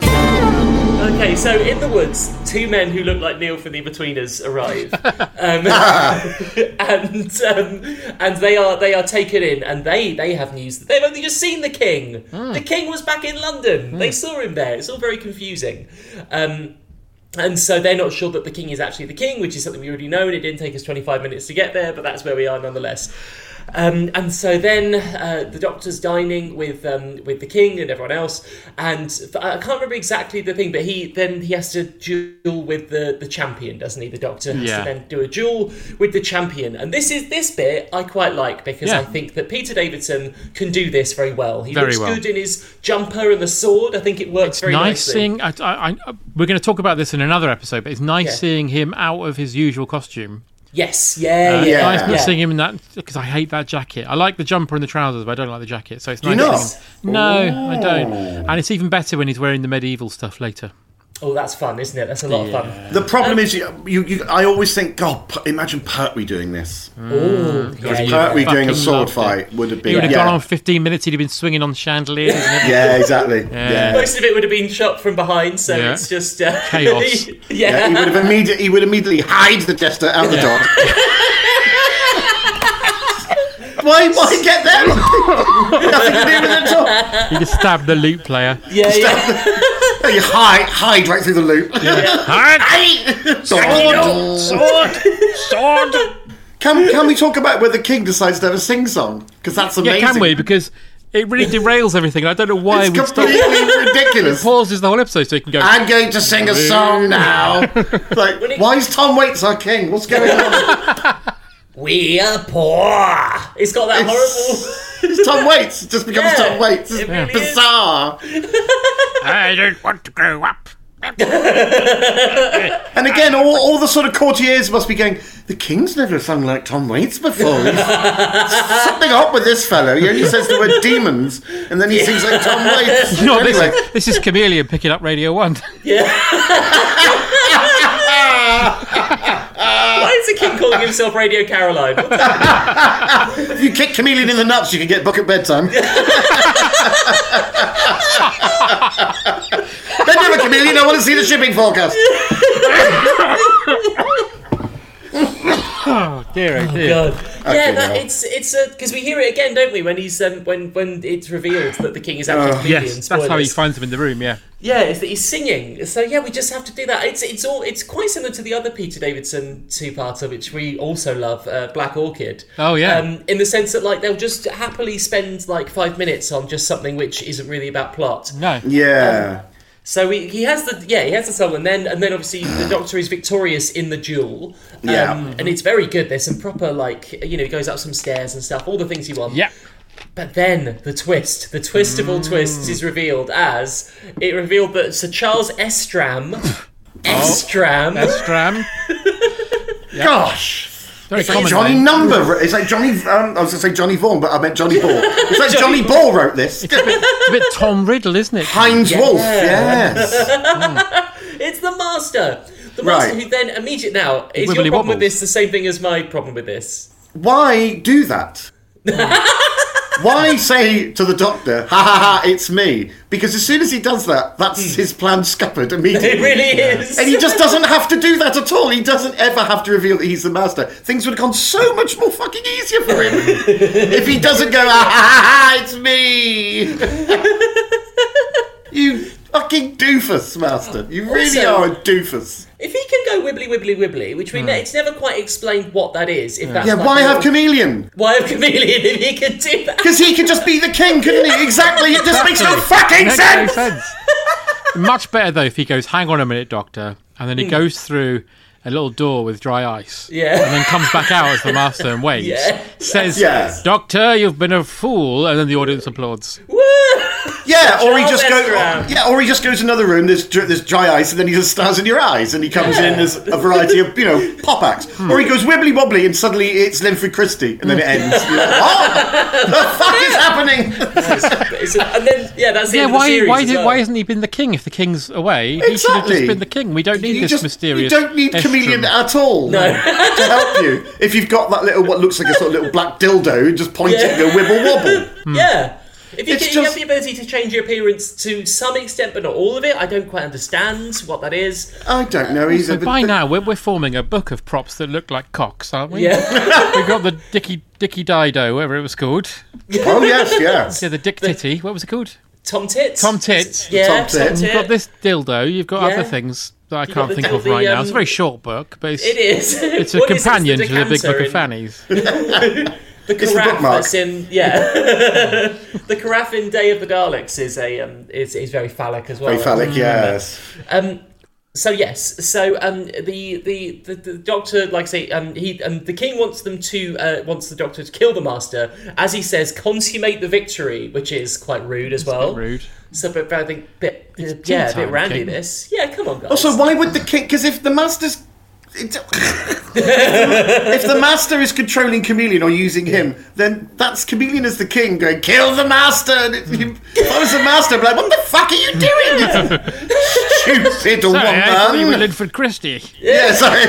S2: Okay, Okay, so in the woods, two men who look like Neil from The Betweeners arrive, um, and um, and they are they are taken in, and they they have news that they've only just seen the king. The king was back in London. They saw him there. It's all very confusing. Um, and so they're not sure that the king is actually the king, which is something we already know, and it didn't take us 25 minutes to get there, but that's where we are nonetheless. Um, and so then uh, the doctor's dining with um, with the king and everyone else, and th- I can't remember exactly the thing, but he then he has to duel with the, the champion, doesn't he? The doctor has to
S4: Yeah.
S2: then do a duel with the champion, and this is this bit I quite like because
S4: Yeah.
S2: I think that Peter Davidson can do this very well. He
S4: Very
S2: looks
S4: well.
S2: good in his jumper and the sword. I think it works very
S4: nice
S2: nicely.
S4: seeing. I, I, I, we're going to talk about this in another episode, but it's nice
S2: Yeah.
S4: seeing him out of his usual costume.
S2: Yes, yeah,
S4: Uh,
S2: yeah,
S4: It's nice
S2: yeah.
S4: not seeing him in that because I hate that jacket. I like the jumper and the trousers, but I don't like the jacket. So it's nice.
S3: not?
S4: seeing him- No, I don't. And it's even better when he's wearing the medieval stuff later.
S2: Oh, that's fun, isn't it? That's a lot of fun.
S3: The problem is, you, you, you, I always think, God, P- imagine Pertwee doing this.
S2: Ooh, yeah,
S3: Because
S2: yeah.
S3: Pertwee doing a
S4: Fucking
S3: sword
S4: loved it.
S3: fight would have been.
S4: He would have
S3: yeah.
S4: gone on 15 minutes. He'd have been swinging on chandeliers. and everything.
S3: Yeah, exactly. Yeah.
S2: Most of it would have been shot from behind, so
S4: Yeah.
S2: it's just uh,
S4: Chaos.
S3: Yeah,
S2: yeah.
S3: he would have immediately he would immediately hide the jester and the dog. why why get them? Nothing to do with it at all.
S4: He'd have stabbed the loot player.
S2: yeah, yeah,
S3: You hide hide right through the loop. Sword.
S4: Sword! Sword!
S3: Can can we talk about where the king decides to have a sing song? Because that's
S4: Yeah,
S3: amazing.
S4: can we? Because it really derails everything. and I don't know why
S3: It's
S4: we stopped.
S3: completely ridiculous.
S4: Pauses the whole episode so he can go.
S3: I'm going to sing a song now. Like, why is Tom Waits our king? What's going on?
S2: We are poor. It's got that horrible.
S3: It's Tom Waits. It just becomes
S2: Yeah,
S3: Tom Waits. It's
S2: it really is.
S3: bizarre.
S4: I don't want to grow up.
S3: And again, all, all the sort of courtiers must be going, the king's never sung like Tom Waits before. He's- Something up with this fellow. He only says the word demons, and then he sings like Tom Waits.
S4: No, this,
S3: anyway,
S4: is, this is Chameleon picking up Radio 1.
S2: Why is the king calling himself Radio Caroline? What the-
S3: if you kick Chameleon in the nuts, you can get book at bedtime. Bend over, Chameleon. I want to see the shipping forecast.
S4: Dear, oh, dear.
S2: God. yeah, that,
S3: well.
S2: it's it's because we hear it again, don't we? When he's um, when when it's revealed that the king is actually comedian.
S4: Oh, Yes, that's how he
S2: spoilers.
S4: finds him in the room, yeah.
S2: Yeah, it's that he's singing. So yeah, we just have to do that. It's it's all it's quite similar to the other Peter Davidson two-parter, which we also love, uh, Black Orchid.
S4: Oh, yeah.
S2: Um, in the sense that like they'll just happily spend like five minutes on just something which isn't really about plot.
S4: No.
S3: Yeah.
S2: So he, he has the yeah he has the song and then and then obviously the Doctor is victorious in the duel. Um,
S3: Yeah.
S2: And it's very good. There's some proper like you know he goes up some stairs and stuff. All the things you want.
S4: Yeah.
S2: But then the twist, the twist of all
S3: Mm.
S2: twists, is revealed as it revealed that Sir Charles Estram, Estram,
S3: Oh.
S4: Estram.
S3: Gosh.
S4: Very
S3: It's like
S4: common.
S3: Johnny
S4: name.
S3: Number. It's like Johnny. Um, I was going to say Johnny Vaughan, but I meant Johnny Ball. It's like Johnny, Ball wrote this.
S4: It's a bit Tom Riddle, isn't it?
S3: Heinz Wolf. Yes.
S2: it's the master. The
S3: Right.
S2: master who then immediately now is your
S4: Wibbly
S2: problem with
S4: wobbles.
S2: this the same thing as my problem with this?
S3: Why do that? Why say to the doctor, "Ha ha ha, it's me"? Because as soon as he does that, that's his plan scuppered
S2: It
S3: immediately.
S2: really is.
S3: And he just doesn't have to do that at all. He doesn't ever have to reveal that he's the master. Things would have gone so much more fucking easier for him if he doesn't go, ah, ha, ha, ha, it's me. you fucking doofus, master. You really
S2: Also-
S3: are a doofus.
S2: If he can go wibbly wibbly wibbly, which we ne- it's never quite explained what that is. If that's
S3: Hmm. Yeah,
S2: like
S3: why
S2: a-
S3: have chameleon?
S2: why have chameleon if he can do that?
S3: Because he could just be the king, couldn't he? Exactly. It just makes no fucking
S4: Makes no
S3: sense.
S4: sense. Much better, though, if he goes, hang on a minute, Doctor, and then he goes through a little door with dry ice.
S2: Yeah.
S4: And then comes back out as the master and waves.
S2: Yeah.
S4: Says,
S3: Yeah.
S4: Doctor, you've been a fool. And then the audience applauds.
S2: Woo!
S3: Yeah, or he
S2: Charles
S3: just "Oh." goes.
S2: Estram.
S3: Yeah, or he just goes to another room. There's dr- there's dry ice, and then he just stars in your eyes, and he comes in. There's a variety of you know pop acts,
S4: Hmm.
S3: or he goes wibbly wobbly, and suddenly it's Linford Christie, and then it ends. You're like, what the fuck is happening?
S2: It's a- and then yeah, that's the
S4: Yeah,
S2: end of the
S4: why
S2: series
S4: why,
S2: as
S4: did,
S2: well.
S4: why hasn't he been the king if the king's away? He should have just
S3: Exactly.
S4: been the king. We don't need
S3: You
S4: this
S3: just
S4: mysterious.
S3: you don't need
S4: Estram.
S3: chameleon at all to help you
S4: Hmm.
S3: if you've got that little what looks like a sort of little black dildo, and just point it and go wibble wobble.
S2: Yeah. If you,
S3: It's
S2: can, you have
S3: just-
S2: the ability to change your appearance to some extent, but not all of it, I don't quite understand what that is.
S3: I don't know either.
S4: So
S3: but
S4: by
S3: the-
S4: now we're, we're forming a book of props that look like cocks, aren't we?
S2: Yeah,
S4: We've got the Dicky Dicky Dido, whatever it was called.
S3: Oh yes,
S4: Yeah, the Dick Titty. What was it called?
S2: Tom Tits.
S4: Tom Tits.
S2: Yeah,
S3: Tom Tit.
S2: Tom
S4: You've
S2: Tit.
S4: got this dildo. You've got
S2: Yeah.
S4: other things that I
S2: got
S4: can't
S2: the-
S4: think of
S2: the,
S4: right now.
S2: um,
S4: It's a very short book, but it's,
S2: It is.
S4: it's a
S2: What is it?
S4: companion to the Big
S2: decanter
S4: Book of
S2: in-
S4: Fannies.
S2: The
S3: the
S2: carafe
S3: bookmark.
S2: that's in yeah. the carafe in Day of the Daleks is a um, is, is very phallic as well.
S3: yeah. Phallic,
S4: Hmm.
S3: yes.
S2: Um, So yes, so um, the, the, the, the doctor, like I say, um, he um, the king wants them to uh, wants the doctor to kill the master, as he says, consummate the victory, which is quite rude as well.
S4: rude.
S2: So, but, but I think, bit, uh,
S4: tea
S2: yeah, a bit
S4: time,
S2: randy.
S4: king.
S2: This, yeah, come on, guys.
S3: Also, why would the king? Because if the master's it- if the master is controlling Chameleon or using him, then that's Chameleon as the king going, kill the master! And it, if I was the master, I'd be like, what the fuck are you doing? Stupid one
S4: Sorry, I thought you were
S3: man!
S4: Linford Christie.
S3: Yeah, sorry.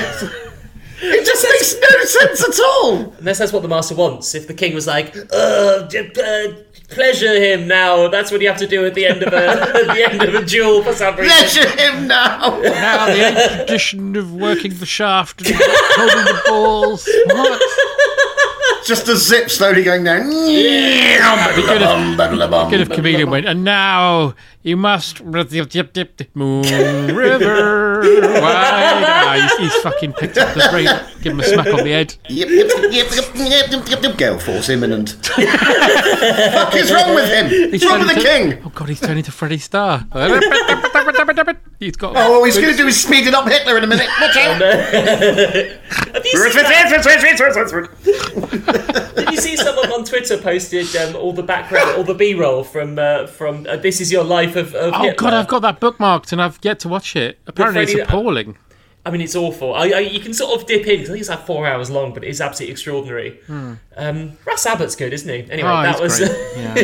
S3: It just makes no sense at all!
S2: unless that's what the master wants. If the king was like, "Ugh, d- uh, pleasure him now," that's what you have to do at the end of a at the end of a duel for some reason.
S3: Measure him now!
S4: Now the ancient tradition of working the shaft and holding the balls. What?
S3: Just a zip slowly going down.
S4: Bit of comedian went, and now you must moon river. Why? He's, he's fucking picked up the brain. Give him a smack on the head.
S3: Yep, yep, yep, yep, yep, yep, yep, yep. Gale force imminent. Fuck is wrong with him? What's wrong with the
S4: turned into-
S3: king?
S4: Oh god, he's turned into Freddy Starr. he's got.
S3: Oh, all he's going to do is speed it up Hitler in a minute. Watch out!
S2: Have you seen that? Did you see someone on Twitter posted um, all the background, all the B-roll from uh, from uh, This Is Your Life of, of
S4: Oh
S2: Hitler?
S4: god, I've got that bookmarked and I've yet to watch it. Apparently, it's
S2: Freddy-
S3: uh,
S4: appalling.
S2: I mean, it's awful. I, I, you can sort of dip in. 'cause I think it's like four hours long, but it's absolutely extraordinary. Um, Russ Abbott's good, isn't he? Anyway,
S4: Hmm. Oh,
S2: that
S4: that
S2: was
S4: great. Yeah.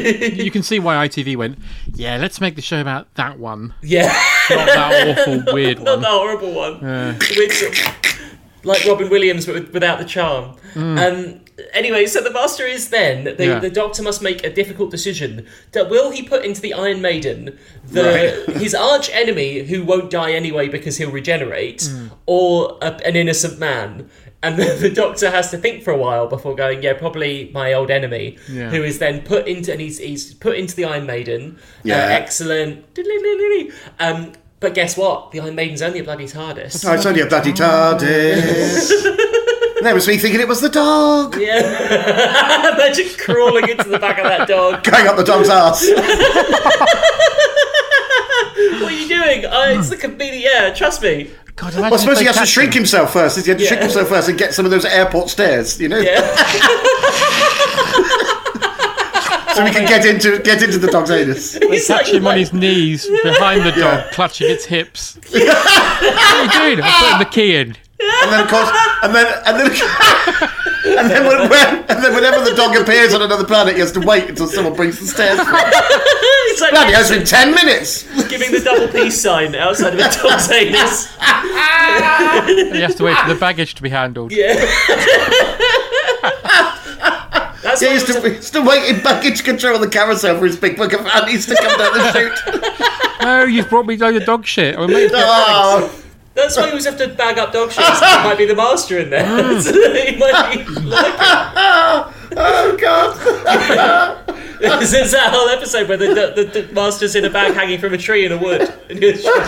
S4: You can see why ITV went. Yeah, let's make the show about that one,
S2: yeah,
S4: not that awful weird
S2: not
S4: one.
S2: the horrible one. With sort of- like Robin Williams, but with- without the charm. Um, anyway, so the master is then the,
S4: Yeah.
S2: the doctor must make a difficult decision. That will he put into the Iron Maiden the his arch enemy who won't die anyway because he'll regenerate, or a, an innocent man? And the, the doctor has to think for a while before going, yeah, probably my old enemy,
S4: Yeah.
S2: who is then put into and he's, he's put into the Iron Maiden. Yeah,
S3: Yeah.
S2: Uh, excellent. Um, but guess what? The Iron Maiden's only a bloody TARDIS.
S3: Oh, it's only a bloody TARDIS. That was me thinking it was the dog.
S2: Imagine crawling into the back of that dog.
S3: Going up the dog's ass.
S2: What are you doing? Oh, it's the comedian. Yeah, trust me.
S4: God, imagine
S3: Well, I
S4: if
S3: suppose
S4: they
S3: he has to
S4: catch
S3: shrink
S4: him.
S3: himself first. He had to shrink
S2: Yeah.
S3: himself first and get some of those airport stairs, you know? so we can get into get into the dog's anus.
S2: He's
S4: Catch him on
S2: like-
S4: his knees behind the dog, clutching its hips. what are you doing? I'm putting the key in.
S3: And then, of course, and then, and then, and then, when, when, and then whenever the dog appears on another planet, he has to wait until someone brings the stairs. for him.
S2: It's like
S3: Bloody hell's been ten minutes.
S2: giving the double peace sign outside of a dog's anus.
S4: And he has to wait for the baggage to be handled.
S2: That's
S3: Yeah,
S2: what
S3: he's still, he's still waiting baggage control on the carousel for his big book of fannies to come down the chute.
S4: No, you've brought me load of dog shit. I mean,
S3: Oh,
S2: That's why we always have to bag up dog shit. so It might be the master in there.
S3: Mm.
S2: It might be like,
S3: oh God!
S2: this is that whole episode where the, the, the, the master's in a bag hanging from a tree in a wood. And you're
S3: Oh,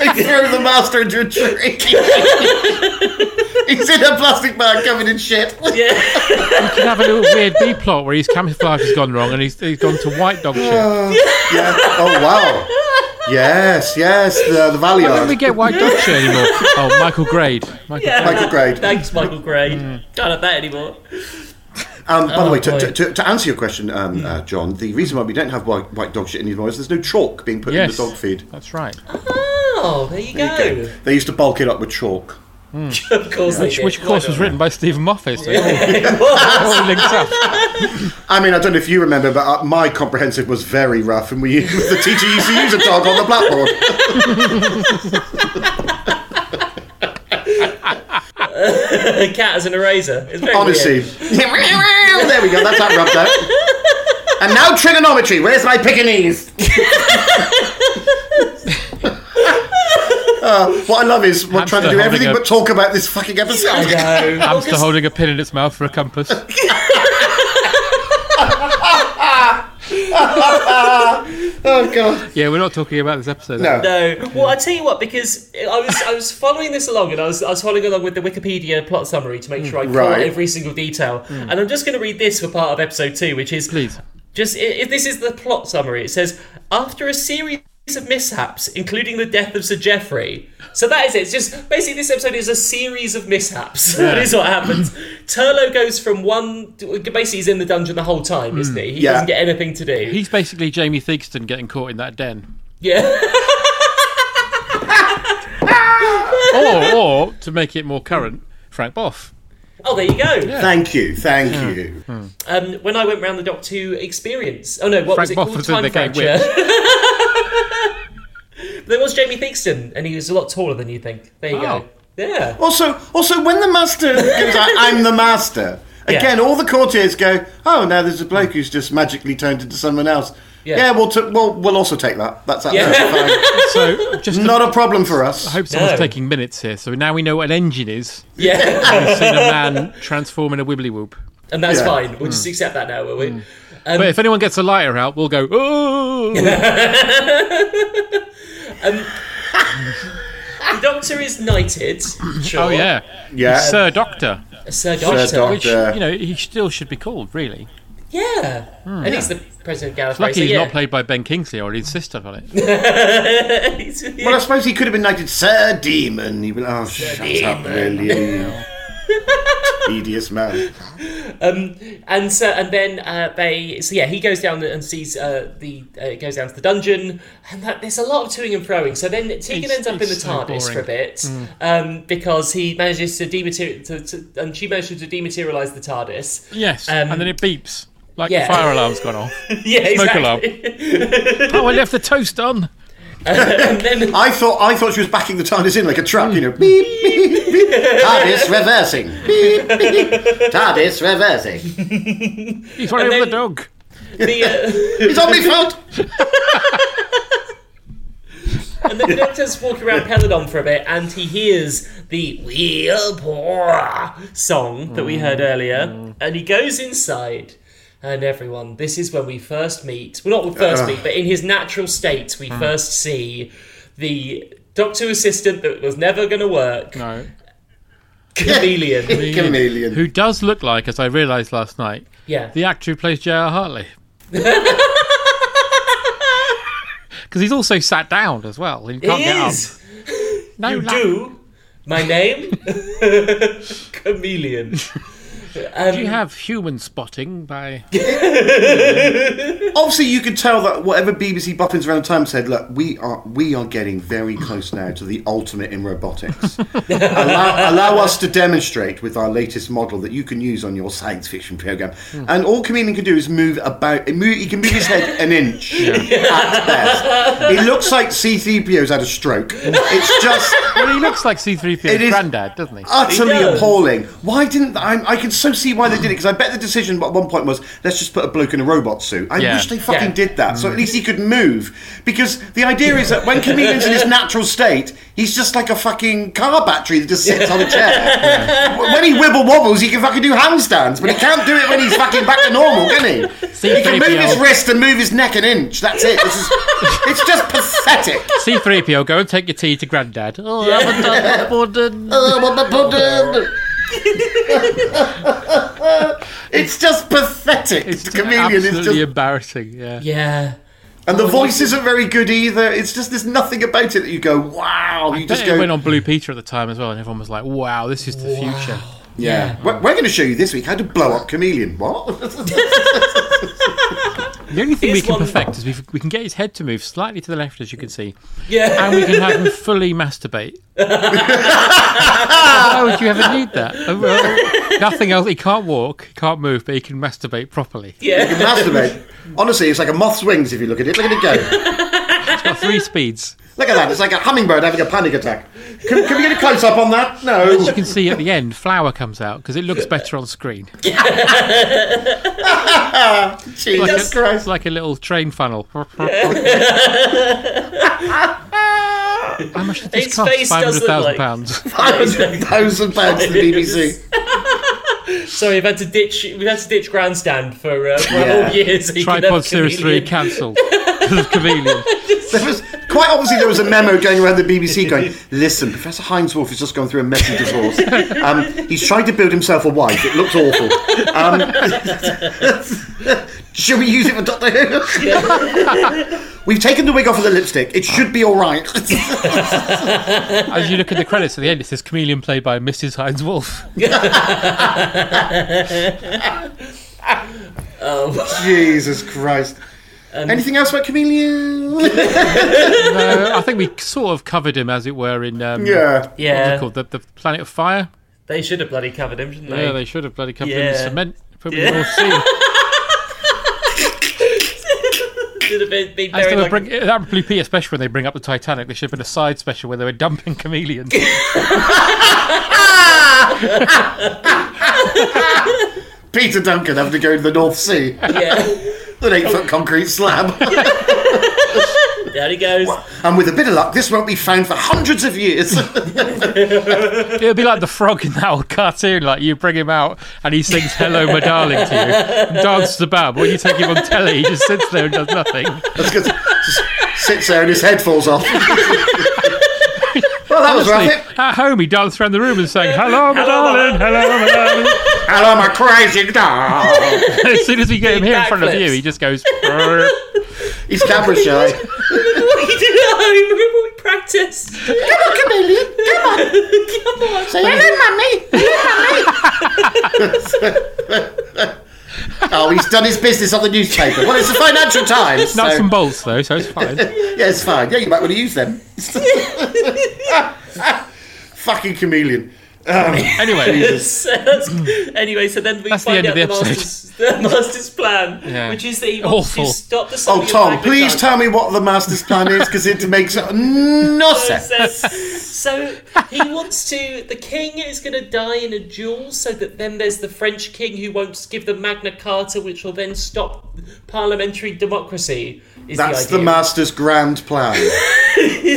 S3: He threw the master into a tree. he's in a plastic bag covered in shit.
S2: yeah.
S4: you can have a little weird B plot where his camouflage has gone wrong and he's, he's gone to white dog shit.
S3: Yeah. Oh wow. Yes, yes. The the Valiard.
S4: Why don't we get white dog shit anymore? Oh, Michael Grade. Michael Grade.
S3: Michael Grade.
S2: Thanks, Michael Gray.
S4: Mm.
S2: Can't have that anymore.
S3: Um,
S4: Oh,
S3: by the way,
S2: boy.
S3: to, to, to, to answer your question,
S4: Hmm.
S3: um, uh, John, the reason why we don't have white, white dog shit anymore is there's no chalk being put
S4: Yes.
S3: in the dog feed.
S4: That's right.
S2: Oh, there you go.
S3: They used to bulk it up with chalk.
S2: Of course, they did.
S4: Which, of course, was written by Stephen Moffat. So
S2: It was.
S4: it all links up.
S3: I mean, I don't know if you remember, but uh, my comprehensive was very rough, and we the teacher used to use a dog on the blackboard.
S2: A cat as an eraser. It's very
S3: Honestly.
S2: weird.
S3: there we go. That's that rubbed out. And now trigonometry. Where's my Pekingese? Uh, what I love is we're trying to do
S4: Hamster
S3: everything
S4: holding
S3: but
S4: a-
S3: talk about this fucking episode.
S2: No.
S4: Hamster holding a pin in its mouth for a compass.
S3: Oh god.
S4: Yeah, we're not talking about this episode.
S3: No.
S2: No. Well, I tell you what, because I was I was following this along, and I was I was following along with the Wikipedia plot summary to make sure I caught
S3: Mm. Right. Mm.
S2: every single detail. And I'm just going to read this for part of episode two, which is
S4: Please.
S2: Just i i- this is the plot summary. It says after a series of mishaps, including the death of Sir Geoffrey. So that is it. It's just basically this episode is a series of mishaps. that is what happens. Turlo goes from one. Basically, he's in the dungeon the whole time, isn't he? He
S3: Mm. Yeah.
S2: doesn't get anything to do.
S4: He's basically Jamie Theakston getting caught in that den.
S2: yeah.
S4: Or, or to make it more current, Frank Boff.
S2: oh, there you go.
S3: Thank you. Thank you.
S2: Um, when I went round the Doc 2 experience. Oh no, what was
S4: Frank
S2: it
S4: Boff
S2: called?
S4: was in
S2: Time
S4: the game
S2: Fracture. there was Jamie Theakston, and he was a lot taller than you think. There you
S4: Oh.
S2: go. Yeah.
S3: Also, also when the master goes, I, am the master. Again,
S2: Yeah.
S3: all the courtiers go, oh, now there's a bloke who's just magically turned into someone else. Yeah,
S2: Yeah.
S3: we'll, t- we'll we'll also take that. That's that.
S2: Yeah.
S3: That's
S4: So just
S3: fine.
S4: to-
S3: Not a problem for us.
S4: I hope someone's
S2: No.
S4: taking minutes here. So now we know what an engine is.
S2: Yeah.
S4: We've seen a man transform in a wibbly whoop.
S2: and that's
S3: Yeah.
S2: fine. We'll
S4: Hmm.
S2: just accept that now, will we?
S4: but if anyone gets a lighter out, we'll go. Oh,
S2: The Doctor is knighted. Sure.
S4: oh yeah,
S3: Yeah.
S4: Sir Doctor.
S2: Sir Uh, Doctor.
S3: Sir Doctor.
S4: Which
S3: Yeah.
S4: you know he still should be called really.
S2: Yeah. and he's the president of Gallifrey.
S4: Hmm. Lucky
S2: so
S4: he's
S2: yeah.
S4: not played by Ben Kingsley, or he'd insist on it.
S2: He's-
S3: Well, I suppose he could have been knighted Sir Demon. He would oh, shut up, Lillian. Tedious man.
S2: and so and then uh, they so yeah he goes down and sees uh, the uh, goes down to the dungeon and that, there's a lot of toing and froing so then Tegan
S4: It's-
S2: ends up in the
S4: it's so
S2: TARDIS for a
S4: boring. Mm.
S2: bit um, because he manages to dematerial to, to, and she manages to dematerialize the TARDIS
S4: Yes,
S2: Um,
S4: and then it beeps like
S2: yeah.
S4: the fire alarm's gone off.
S2: yeah
S4: Smoke
S2: exactly.
S4: alarm. oh, I left the toast on.
S2: and then
S3: I thought I thought she was backing the TARDIS in like a truck, you know.
S2: Hmm.
S3: Beep, beep, beep. TARDIS reversing. Beep, beep. TARDIS reversing.
S4: He's running over
S2: then-
S4: the dog.
S2: the uh,
S3: It's on my foot.
S2: And then the doctor's walking around Peladon for a bit, and he hears the Wheelbora song that we
S4: Mm.
S2: heard earlier, and he goes inside. And everyone, this is when we first meet. Well, not first
S4: Ah.
S2: meet, but in his natural state,
S4: Mm.
S2: we first see the doctor assistant that was never going to work,
S4: No.
S2: Chameleon.
S3: Chameleon.
S4: Who does look like, as I realised last night,
S2: yeah.
S4: the actor who plays J.R. Hartley. Because he's also sat down as well. He can't
S2: He
S4: get
S2: is.
S4: up. No,
S2: You
S4: la-
S2: do. My name? Chameleon.
S4: Do you have human spotting by?
S3: Obviously, you could tell that whatever BBC boffins around the time said, look, we are we are getting very close now to the ultimate in robotics. allow, allow us to demonstrate with our latest model that you can use on your science fiction program. And all Chameleon can do is move about. Move, he can move his head an inch at best. He looks like C-3PO's had a stroke. It's just
S4: Well, he looks like C-3PO's
S3: It is- Oh.
S4: granddad, doesn't he?
S3: utterly
S2: He does.
S3: appalling. Why didn't I? I can so see why they did it because I bet the decision at one point was let's just put a bloke in a robot suit. I
S4: Yeah.
S3: wish they fucking
S2: Yeah.
S3: did that, so at least he could move. Because the idea is that when comedian's in his natural state, he's just like a fucking car battery that just sits on a chair. when he wibble wobbles, he can fucking do handstands, but he can't do it when he's fucking back to normal, can he? He can move his wrist and move his neck an inch. That's it. This is, it's just pathetic.
S4: C-3PO, go and take your tea to granddad. Oh, I haven't done that, Borden.
S3: Oh. It's just pathetic.
S4: It's
S3: the chameleon is
S4: absolutely
S3: just,
S4: embarrassing. Yeah.
S2: Yeah.
S3: and the voice isn't very good either. It's just there's nothing about it that you go, wow. You just
S4: it
S3: go,
S4: went on Blue Peter at the time as well, and everyone was like, "Wow, this is the future."
S3: yeah. We're, we're going to show you this week how to blow up chameleon. What?
S4: The only thing
S2: Here's
S4: we can
S2: one-
S4: perfect is we, we can get his head to move slightly to the left, as you can see,
S2: Yeah.
S4: and we can have him fully masturbate. Why would you ever need that? Oh, well, nothing else. He can't walk, he can't move, but he can masturbate properly.
S3: you can masturbate. Honestly, it's like a moth's wings if you look at it. Look at it go.
S4: got three speeds.
S3: Look at that. It's like a hummingbird having a panic attack. Can, can we get a close up on that? No.
S4: You can see at the end, flower comes out because it looks better on screen.
S3: Jesus
S4: Like a,
S3: Christ.
S4: it's like a little train funnel. How much did this
S2: His
S4: cost?
S2: face
S4: Five
S2: does
S4: hundred
S2: look
S4: thousand
S2: like-
S4: pounds.
S3: thousand pounds to the BBC.
S2: Sorry, we've had to ditch. We've had to ditch grandstand for, uh, for
S3: Yeah.
S2: whole years.
S4: Tripod Series Three cancelled. Chameleon.
S3: There was, quite obviously, there was a memo going around the BBC going, listen, Professor Heinswolf has just gone through a messy divorce. Um, he's tried to build himself a wife. It looks awful. Um, should we use it for Doctor Who? We've taken the wig off of the lipstick. It should be all right.
S4: As you look at the credits at the end, it says Chameleon played by Mrs. Hines Wolf.
S3: Jesus Christ. Anything else about Chameleon?
S4: No, Uh, I think we sort of covered him, as it were, in um,
S3: yeah.
S4: what's it
S2: Yeah,
S4: called? The, the Planet of Fire.
S2: they should have bloody covered him, shouldn't they?
S4: Yeah, they should have bloody covered him in
S2: Yeah.
S4: cement. Probably
S2: Yeah.
S4: yeah. sea.
S2: should have been, been
S4: Instead
S2: buried
S4: of
S2: like.
S4: bring, that would be a special when they bring up the Titanic. There should have been a side special where they were dumping chameleons.
S3: Peter Duncan having to go to the North Sea with
S2: yeah,
S3: an eight foot concrete slab.
S2: there he goes.
S3: and with a bit of luck, this won't be found for hundreds of years.
S4: it would be like the frog in that old cartoon. Like you bring him out and he sings "Hello, my darling" to you, and dances about. But when you take him on telly, he just sits there and does nothing.
S3: That's good. Just sits there and his head falls off. well, that was worth it.
S4: At home, he danced around the room and sang "Hello, my darling, hello, my darling."
S3: Hello, my crazy dog.
S4: as soon as we get him here in front of you,
S2: backflips.
S4: he just goes. "Brrr."
S3: He's camera shy.
S2: Remember what you did at home? Remember what we practiced? Come on, chameleon. Come on. Come on.
S3: Say hello, mummy. Hello, mummy. oh, he's done his business on the newspaper. Well, it's the Financial Times.
S4: Nuts
S3: so-
S4: and bolts, though, so it's fine.
S3: Yeah, it's fine. Yeah, you might want to use them. Fucking chameleon.
S4: Anyway,
S2: So that's- anyway, so then we
S4: Mm. That's the
S2: find
S4: end
S2: out
S4: of
S2: the,
S4: the
S2: master's, the master's plan,
S4: Yeah.
S2: which is that he wants
S4: Awful.
S2: to stop the
S3: Oh,
S2: Soviet
S3: Tom,
S2: Magna
S3: please
S2: Carta.
S3: tell me what the master's plan is because it makes no sense.
S2: so he wants to. The king is going to die in a duel, so that then there's the French king who won't give the Magna Carta, which will then stop parliamentary democracy. Is
S3: That's
S2: the,
S3: the
S2: idea.
S3: master's grand plan.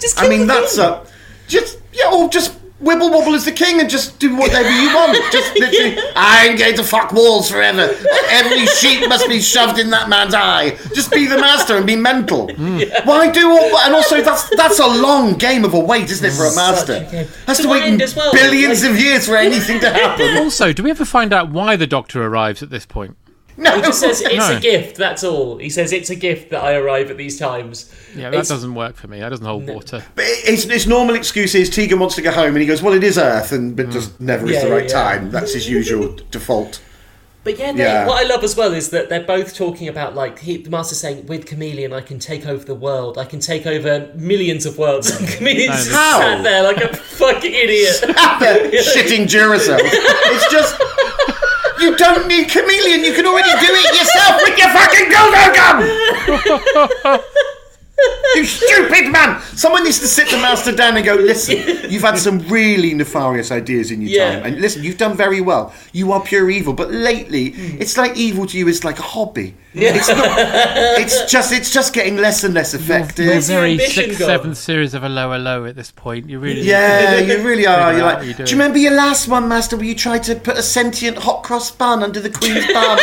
S2: Just
S3: I
S2: kill the
S3: mean, that's
S2: king.
S3: a just yeah, or just wibble wobble as the king and just do whatever you want. Just literally, I'm going to fuck walls forever. Every sheep must be shoved in that man's eye. Just be the master and be mental. Why do all? And also, that's that's a long game of a wait, isn't it, for a master?
S2: game.
S3: Has
S2: To
S3: to wait
S2: wind as well,
S3: billions
S2: like-
S3: of years for anything to happen.
S4: also, do we ever find out why the doctor arrives at this point?
S3: No,
S2: He just says it's
S4: No.
S2: a gift. That's all. He says it's a gift that I arrive at these times.
S4: Yeah, that
S2: It's-
S4: doesn't work for me. That doesn't hold water.
S3: But His, his normal excuse is Tegan wants to go home, and he goes, "Well, it is Earth, and but just never is
S2: Mm. Yeah,
S3: the
S2: yeah,
S3: right
S2: yeah.
S3: time." That's his usual default.
S2: But yeah, they,
S3: Yeah.
S2: what I love as well is that they're both talking about like he, the master's saying, "With Chameleon, I can take over the world. I can take over millions of worlds." And Chameleon's just
S3: How?
S2: sat there like a fucking idiot.
S3: shitting Duracell. It's just you don't need chameleon. You can already do it yourself with your fucking go-go gun. you stupid man! Someone needs to sit the master down and go. Listen, you've had some really nefarious ideas in your
S2: Yeah.
S3: time, and listen, you've done very well. You are pure evil, but lately, it's like evil to you is like a hobby. It's not. It's just. It's just getting less and less effective.
S4: We're
S2: your
S4: very
S2: ambition
S4: sixth,
S2: gone?
S4: seventh series of a lower low at this point. You really,
S3: Yeah, you really are. You're
S4: out
S3: like,
S4: what
S3: do
S4: you're
S3: you
S4: doing.
S3: remember your last one, Master, where you tried to put a sentient hot cross bun under the Queen's bum?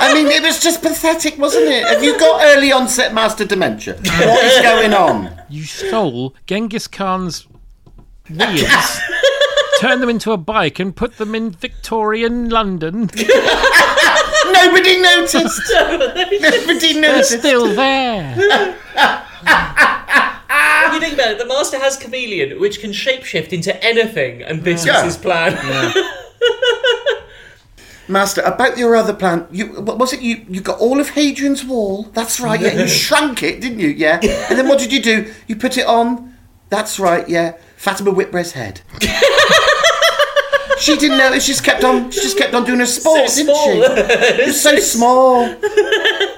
S3: I mean, it was just pathetic, wasn't it? Have you got early onset Master dementia? What is going on?
S4: you stole Genghis Khan's wheels, turned them into a bike, and put them in Victorian London.
S3: Nobody noticed. Nobody
S4: They're
S3: noticed.
S4: still there.
S2: When you think about it, the master has Chameleon, which can shapeshift into anything, and this was
S3: Yeah.
S2: his plan.
S3: Master, about your other plan, you what was it? You you got all of Hadrian's Wall. That's right. Yeah, you shrunk it, didn't you? Yeah. And then what did you do? You put it on. That's right. Yeah, Fatima Whitbread's head. she didn't notice. She just kept on. She just kept on doing her sport,
S2: So
S3: didn't she? It was so small.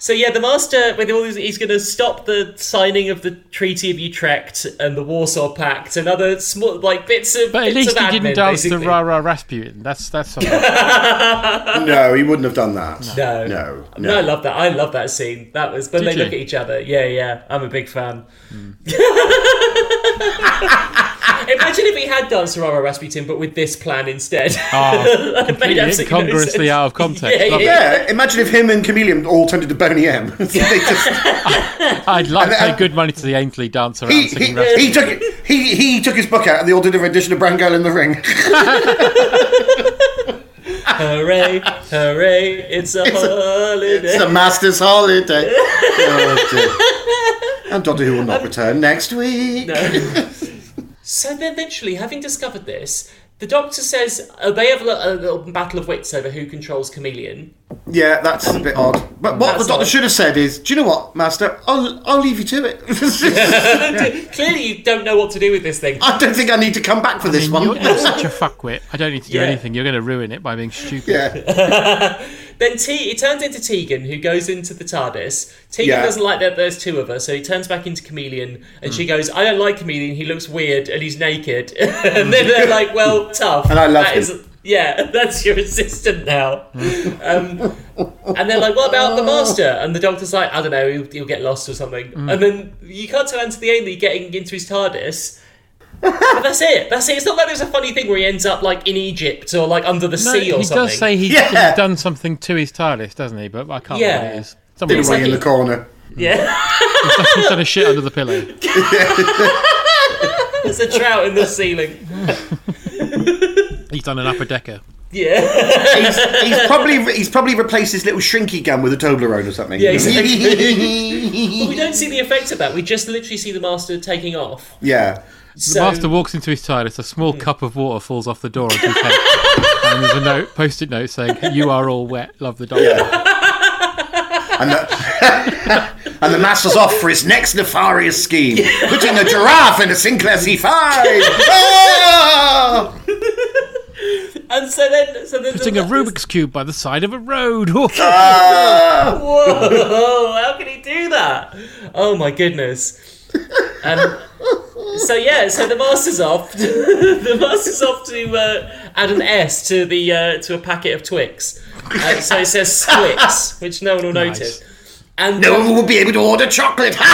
S2: So yeah, the master with all these, he's going to stop the signing of the Treaty of Utrecht and the Warsaw Pact and other small like bits of.
S4: But
S2: bits
S4: at least
S2: of
S4: he didn't
S2: admin,
S4: dance
S2: basically.
S4: to Ra Ra Rasputin. That's that's something.
S3: No, he wouldn't have done that.
S2: No.
S3: No.
S2: I mean, I love that. I love that scene. That was when
S4: Did
S2: they
S4: you? Hmm.
S2: look at each other. Yeah, yeah. I'm a big fan. Imagine if he had danced to Rara Rasputin, but with this plan instead.
S4: oh,
S2: It made
S4: completely
S2: absolutely no
S4: incongruously
S2: sense.
S4: out of context.
S2: Yeah,
S4: Love it.
S2: yeah.
S3: Yeah, imagine if him and Chameleon all turned into Boney M. they just,
S4: I'd like to
S3: And, uh,
S2: um,
S4: pay good money to the Ainsley dancer around
S3: he, he,
S4: singing Rasputin.
S3: he took it. He, he took his book out and they all did a rendition of Brown Girl in the Ring.
S2: hooray, hooray! It's a holiday.
S3: It's the master's holiday. Oh, dear. And Doctor Who will not return next week.
S2: So then, eventually, having discovered this, the Doctor says uh, they have a, li- a little battle of wits over who controls Chameleon.
S3: Yeah, that's a bit odd. But what
S2: That's
S3: the Doctor
S2: odd.
S3: should have said is, "Do you know what, Master? I'll I'll leave you to it.
S2: Clearly, you don't know what to do with this thing.
S3: I don't think I need to come back for this
S4: I mean,
S3: one."
S4: you're, you're such a fuckwit. I don't need to do
S2: Yeah.
S4: anything. You're going to ruin it by being stupid.
S3: Yeah,
S2: Then T- it turns into Tegan, who goes into the TARDIS. Tegan
S3: Yeah.
S2: doesn't like that there's two of her, so he turns back into Chameleon, and
S3: Mm.
S2: she goes, "I don't like Chameleon. He looks weird, and he's naked." and then they're like, "Well, tough."
S3: Mm. And I love
S2: That
S3: him.
S2: is- yeah, that's your assistant now. um, and they're like, "What about the master?" And the Doctor's like, "I don't know. He'll, he'll get lost or something."
S3: Mm.
S2: And then you can't turn into the Ainley getting into his TARDIS. but that's it. That's it. It's not like there's a funny thing where he ends up like in Egypt or like under the
S4: No,
S2: sea or
S4: he
S2: something.
S4: does say he's,
S3: Yeah.
S4: he's done something to his TARDIS, doesn't he? But I can't remember
S2: Yeah.
S4: what it is. Something
S3: did
S4: he's
S3: away in the corner.
S2: yeah.
S4: done a shit under the pillow.
S2: There's a trout in the ceiling.
S4: He's done an upper decker.
S2: Yeah.
S3: He's, he's probably he's probably replaced his little shrinky gun with a Toblerone or something.
S2: Yeah, we don't see the effect of that. We just literally see the master taking off.
S3: yeah.
S4: The
S2: So,
S4: master walks into his TARDIS. A small cup of water falls off the door onto his head. and there's a note, post-it note saying, "You are all wet. Love the doctor."
S3: And the, and the master's off for his next nefarious scheme, putting a giraffe in a Sinclair C5. Ah!
S2: and so then, so then
S4: Putting a Rubik's cube by the side of a road.
S3: Ah!
S2: Whoa! How can he do that? Oh my goodness. Um, so yeah, so the master's off. the master's off to uh, add an S to the uh, to a packet of Twix. Uh, so it says Splix, which no one will
S4: Nice.
S2: notice. And
S3: No one will be able to order chocolate.
S4: He's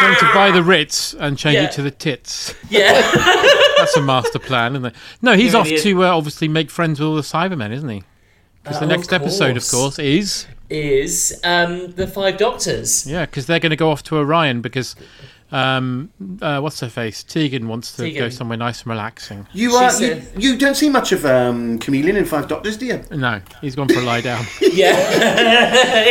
S4: going to buy the Ritz and change
S2: Yeah.
S4: it to the tits.
S2: yeah,
S4: That's a master plan, isn't it? No, he's
S2: You're
S4: off
S2: an idiot.
S4: to uh, obviously make friends with all the Cybermen, isn't he? Because the
S2: Oh,
S4: next episode, of
S2: course.
S4: course, is
S2: is um, the five doctors.
S4: yeah, because they're going to go off to Orion because. Um, uh, what's her face? Tegan wants to go
S2: Tegan.
S4: somewhere nice and relaxing.
S3: You are you,
S2: said-
S3: you don't see much of um, Chameleon in Five Doctors, do you?
S4: No, he's gone for a lie down.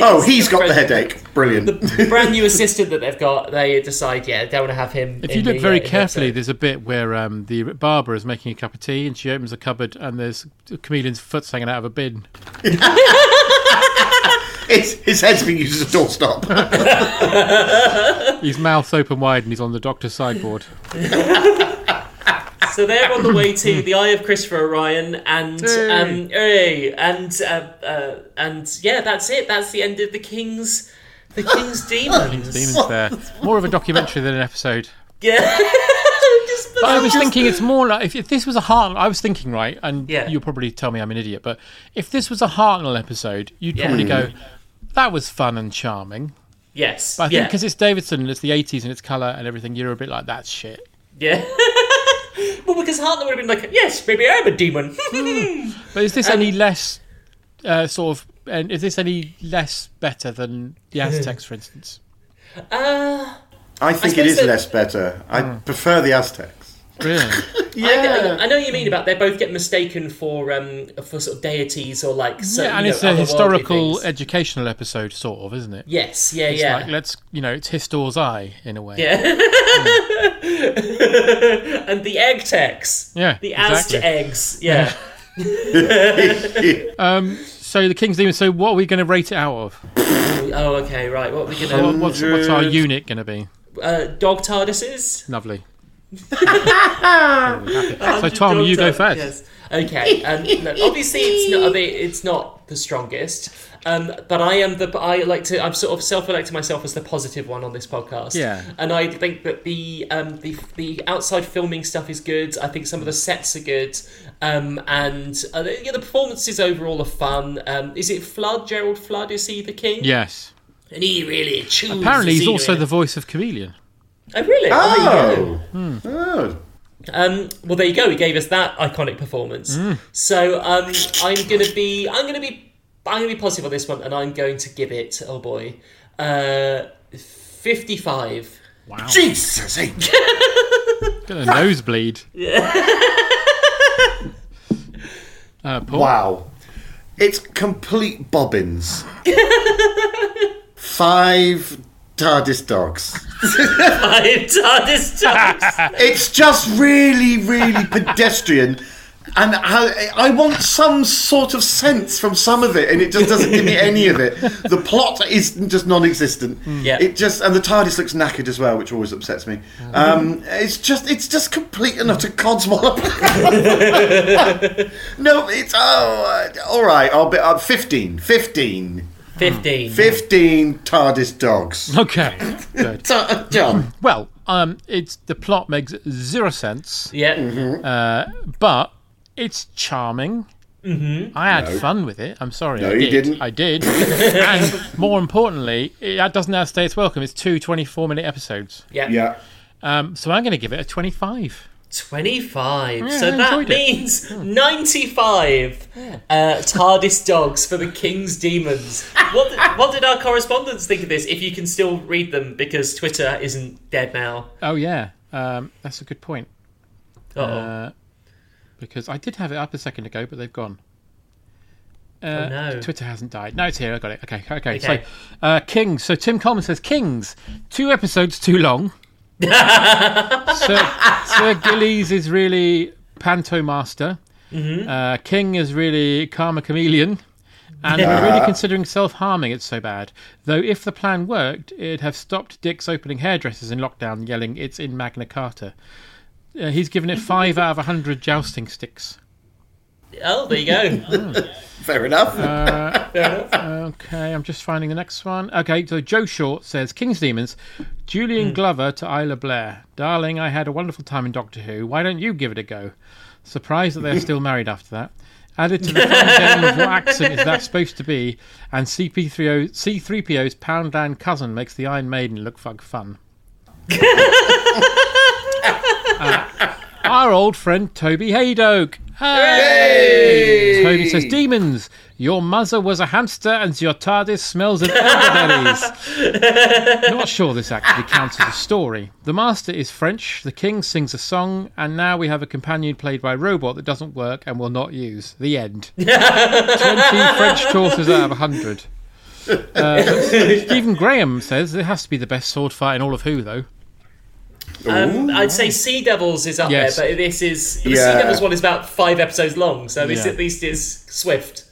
S3: Oh, he's got the headache. Brilliant.
S2: brand new assistant that they've got, they decide, yeah, they want to have him.
S4: If
S2: in
S4: you
S2: the,
S4: look very
S2: uh, in the
S4: carefully,
S2: episode.
S4: there's a bit where um, the barber is making a cup of tea and she opens a cupboard and there's a chameleon's foot's hanging out of a bin.
S3: His, his head's been used as a doorstop.
S4: His mouth's open wide and he's on the doctor's sideboard.
S2: so they're on the way to
S4: Hmm.
S2: the Eye of Christopher Orion, and um, hey, and uh, uh, and yeah, that's it. That's the end of the King's, the King's demons.
S4: Demon's there. More of a documentary than an episode.
S2: Yeah, Just-
S4: But I was thinking it's more like if, if this was a Hartnell. I was thinking right, and
S2: Yeah.
S4: you'll probably tell me I'm an idiot. But if this was a Hartnell episode, you'd probably go, "That was fun and charming."
S2: yes,
S4: But I think
S2: yeah,
S4: because it's Davidson and it's the '80s and it's color and everything, you're a bit like that's shit.
S2: yeah. well, because Hartnell would have been like, yes, maybe I'm a demon.
S4: But is this any less uh, sort of? And is this any less better than the Aztecs, for instance?
S3: I think it is
S2: that-
S3: less better. I prefer the Aztecs.
S4: Really?
S2: I, get- I know, I know what you mean about they both get mistaken for um for sort of deities or like some,
S4: yeah, and
S2: you
S4: it's
S2: know,
S4: a
S2: otherworldly
S4: historical,
S2: things.
S4: educational episode, sort of, isn't it?
S2: yes, yeah,
S4: It's
S2: yeah.
S4: like let's, you know, it's Histor's eye in a way.
S2: and the egg techs.
S4: Yeah,
S2: The
S4: exactly.
S2: Aztec eggs. Yeah.
S4: So the King's Demon. So what are we going to rate it out of?
S2: oh, okay, right. What are we
S4: What,
S2: going
S4: what's, what's our unit going to be?
S2: to. Uh, dog TARDISes?
S4: Lovely. so Tom, you go first.
S2: Yes. Okay, um, look, obviously it's not. I mean, it's not the strongest. Um, but I am the. I like to. I've sort of self-elected myself as the positive one on this podcast.
S4: Yeah.
S2: And I think that the um, the the outside filming stuff is good. I think some of the sets are good. Um, and uh, yeah, the performances overall are fun. Um, is it Flood? Gerald Flood? Is he the king?
S4: Yes.
S2: And he really chews.
S4: Apparently,
S2: the
S4: he's also
S2: scenery.
S4: the voice of Chameleon.
S2: Oh really? Oh, there you go.
S3: Oh. Oh.
S2: Um, well, there you go. He gave us that iconic performance.
S3: Hmm.
S2: So um, I'm gonna be, I'm gonna be, I'm gonna be positive on this one, and I'm going to give it. Oh boy, uh, fifty-five.
S4: Wow.
S3: Jesus. eh?
S4: Got a nosebleed. uh, Paul,
S3: Wow. It's complete bobbins. Five TARDIS dogs.
S2: I've done this time.
S3: It's just really, really pedestrian. And how, I want some sort of sense from some of it, and it just doesn't give me any of it. The plot is just non-existent.
S2: Yeah.
S3: It just and the TARDIS looks knackered as well, which always upsets me. Um, it's just it's just complete and utter codswallop. no, it's oh, uh, all right. I'll be uh, 15, 15,
S2: Fifteen.
S3: 15 TARDIS dogs.
S4: Okay. Good.
S3: Ta- John.
S4: Well, um, it's the plot makes zero sense,
S2: Yeah.
S3: Mm-hmm.
S4: but it's charming. Mm-hmm. I had fun with it. I'm sorry.
S3: No,
S4: I
S3: you
S4: did.
S3: didn't.
S4: I did. and more importantly, it doesn't outstay its welcome. It's two 24 minute episodes.
S2: Yeah.
S3: Yeah.
S4: Um, so I'm going to give it a 25.
S2: 25.
S4: I
S2: so that
S4: enjoyed it. Hmm.
S2: means 95 uh, TARDIS dogs for the King's Demons. What, did- what did our correspondents think of this? If you can still read them, because Twitter isn't dead now.
S4: Oh, yeah. Um, that's a good point.
S2: Uh-oh.
S4: Uh, because I did have it up a second ago, but they've gone. Uh,
S2: Oh, no.
S4: Twitter hasn't died. No, it's here. I got it. Okay, okay. So,
S2: Okay.
S4: uh, Kings. So Tim Coleman says Kings. Two episodes too long. Sir, Sir Gillies is really Panto Master.
S2: Mm-hmm.
S4: Uh, King is really Karma Chameleon. And we're really considering self harming, it's so bad. Though if the plan worked, it'd have stopped Dick's opening hairdressers in lockdown yelling, It's in Magna Carta. Uh, he's given it 5 out of 100 jousting sticks.
S2: Oh, there you go.
S3: Fair enough.
S2: Uh,
S4: Okay, I'm just finding the next one. Okay, so Joe Short says King's Demons, Julian Glover to Isla Blair. Darling, I had a wonderful time in Doctor Who. Why don't you give it a go? Surprised that they're still married after that. Added to the fun game of what accent is that supposed to be, and CP3O, C3PO's Poundland cousin makes the Iron Maiden look like fun. Uh, our old friend Toby Haydoke. Toby says, Demons, your mother was a hamster and your TARDIS smells of elderberries. Not sure this actually counts as a story. The master is French, the king sings a song, and now we have a companion played by a robot that doesn't work and will not use. The end. 20 French chaucers out of 100. Uh, Stephen Graham says it has to be the best sword fight in all of Who, though.
S2: Um, I'd say Sea Devils is up
S4: Yes.
S2: there, but this is. The Sea
S3: Yeah.
S2: Devils one is about five episodes long, so this
S4: Yeah.
S2: at least is swift.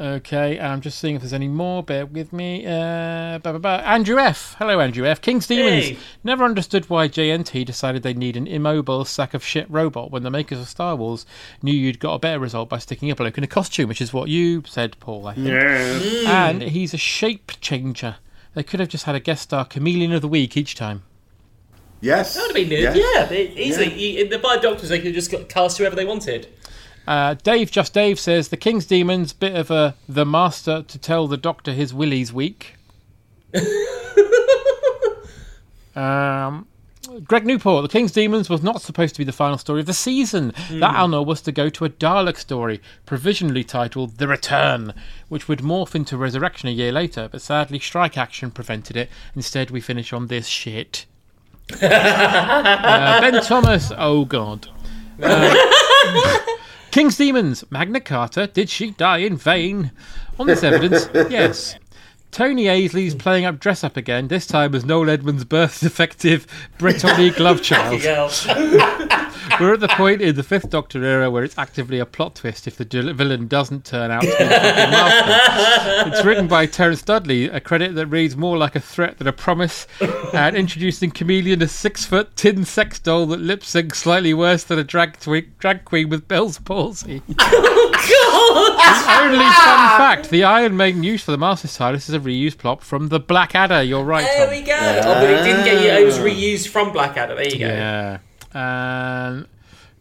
S4: Okay, I'm just seeing if there's any more. Bear with me. Uh, ba ba ba. Andrew F. Hello, Andrew F. King's Demons.
S2: Hey.
S4: Never understood why JNT decided they need an immobile sack of shit robot when the makers of Star Wars knew you'd got a better result by sticking a bloke in a costume, which is what you said, Paul, I think. And he's a shape changer. They could have just had a guest star chameleon of the week each time.
S3: Yes.
S2: That would have been
S3: Yes.
S2: yeah, they- easily. You- in the five doctors, they could just cast whoever they wanted.
S4: Uh, Dave, just Dave says the King's Demons, bit of a the master to tell the doctor his willies week. um, Greg Newport, the King's Demons was not supposed to be the final story of the season. That honor was to go to a Dalek story, provisionally titled The Return, which would morph into Resurrection a year later. But sadly, strike action prevented it. Instead, we finish on this shit. Uh, ben Thomas, oh god. Uh, King's Demons, Magna Carta, did she die in vain? On this evidence, yes. Tony Aisley's playing up dress up again, this time as Noel Edmonds' birth defective Brittany glove child.
S2: Yeah.
S4: We're at the point in the Fifth Doctor era where it's actively a plot twist if the dil- villain doesn't turn out to be the fucking Master. It's written by Terence Dudley, a credit that reads more like a threat than a promise, and introducing Chameleon, a six-foot tin sex doll that lip syncs slightly worse than a drag, twi- drag queen with Bell's palsy. Only fun fact: the Iron Maiden used for the Master's TARDIS is a reused plot from the Blackadder. You're right.
S2: There
S4: Tom.
S2: we go. Oh, but it didn't get. It was reused from Blackadder. There you go.
S4: Ah. Yeah. Um,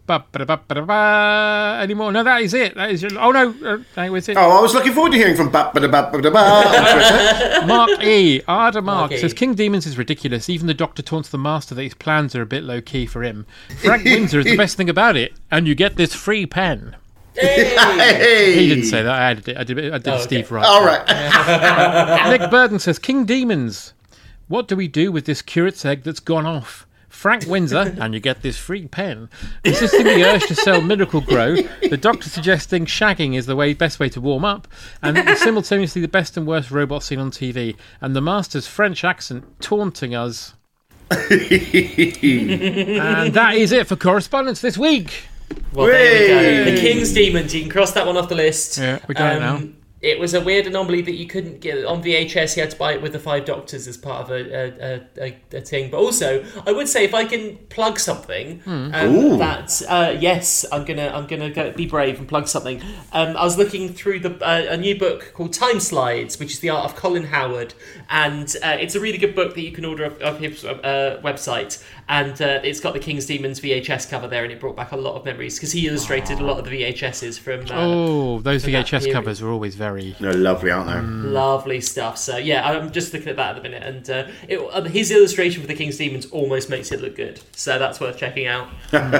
S4: ba- ba- ba- ba- ba- any more? No, that is it. That is your. Oh no, uh, that was it.
S3: Oh, I was looking forward to hearing from Bat Bada Bat Bada Ba on Twitter.
S4: Mark E. Arda Mark
S2: Mark E.
S4: says King Demons is ridiculous. Even the Doctor taunts the Master that his plans are a bit low key for him. Frank Windsor is the best thing about it, and you get this free pen.
S3: Hey.
S4: He didn't say that. I added it. I did. I did
S2: okay.
S4: Steve right.
S3: All right.
S4: Nick Burden says, King Demons, what do we do with this curate's egg that's gone off? Frank Windsor, and you get this free pen, resisting the urge to sell Miracle Grow, the doctor suggesting shagging is the way best way to warm up, and it was simultaneously the best and worst robot scene on TV, and the master's French accent taunting us. and that is it for correspondence this week.
S2: Well, there we go.
S3: Whey!
S2: The King's Demons. You can cross that one off the list. Um,
S4: Yeah, we got it now.
S2: It was a weird anomaly that you couldn't get on VHS. You had to buy it with the Five Doctors as part of a a, a, a, a thing. But also, I would say if I can plug something, um, that uh, yes, I'm gonna I'm gonna go, be brave and plug something. Um, I was looking through the uh, a new book called Time Slides, which is the art of Colin Howard, and uh, it's a really good book that you can order off, off his uh, website. And uh, it's got the King's Demons VHS cover there, and it brought back a lot of memories because he illustrated a lot of the VHSs from. Uh,
S4: Oh, those
S2: that
S4: VHS
S2: period.
S4: covers were always very.
S3: They're lovely, aren't they?
S2: Lovely stuff. So yeah, I'm just looking at that at the minute, and uh, it, uh, his illustration for the King's Demons almost makes it look good. So that's worth checking out. um,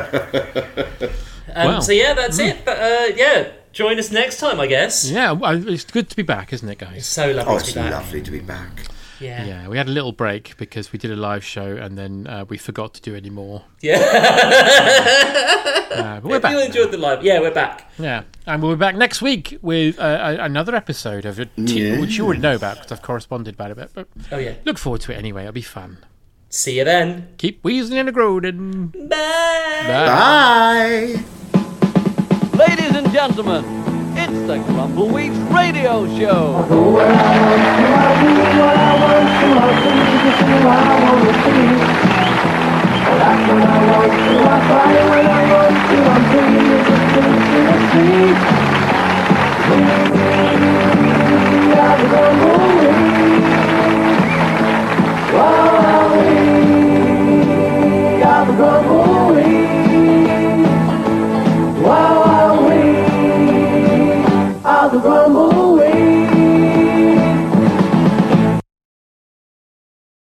S4: Wow.
S2: So yeah, that's it. But uh, yeah, join us next time, I guess.
S4: Yeah, well, it's good to be back, isn't it, guys?
S2: So lovely
S3: Oh,
S2: to be
S3: it's
S2: back.
S3: lovely to be back.
S2: Yeah.
S4: Yeah, we had a little break because we did a live show and then uh, we forgot to do any more. Yeah. uh, but we're
S2: If you
S4: back.
S2: enjoyed the live, yeah, we're back.
S4: Yeah. And we'll be back next week with uh, a- another episode of it,
S3: Yeah.
S4: which you already know about because I've corresponded about it. But, but
S2: Oh yeah.
S4: look forward to it anyway. It'll be fun.
S2: See you then.
S4: Keep wheezing and a groaning.
S2: Bye.
S4: Bye.
S3: Bye.
S5: Ladies and gentlemen, it's the Grumbleweeds Radio Show.
S1: That's what I want to, I find what I want to, I'm bringing it to the sea.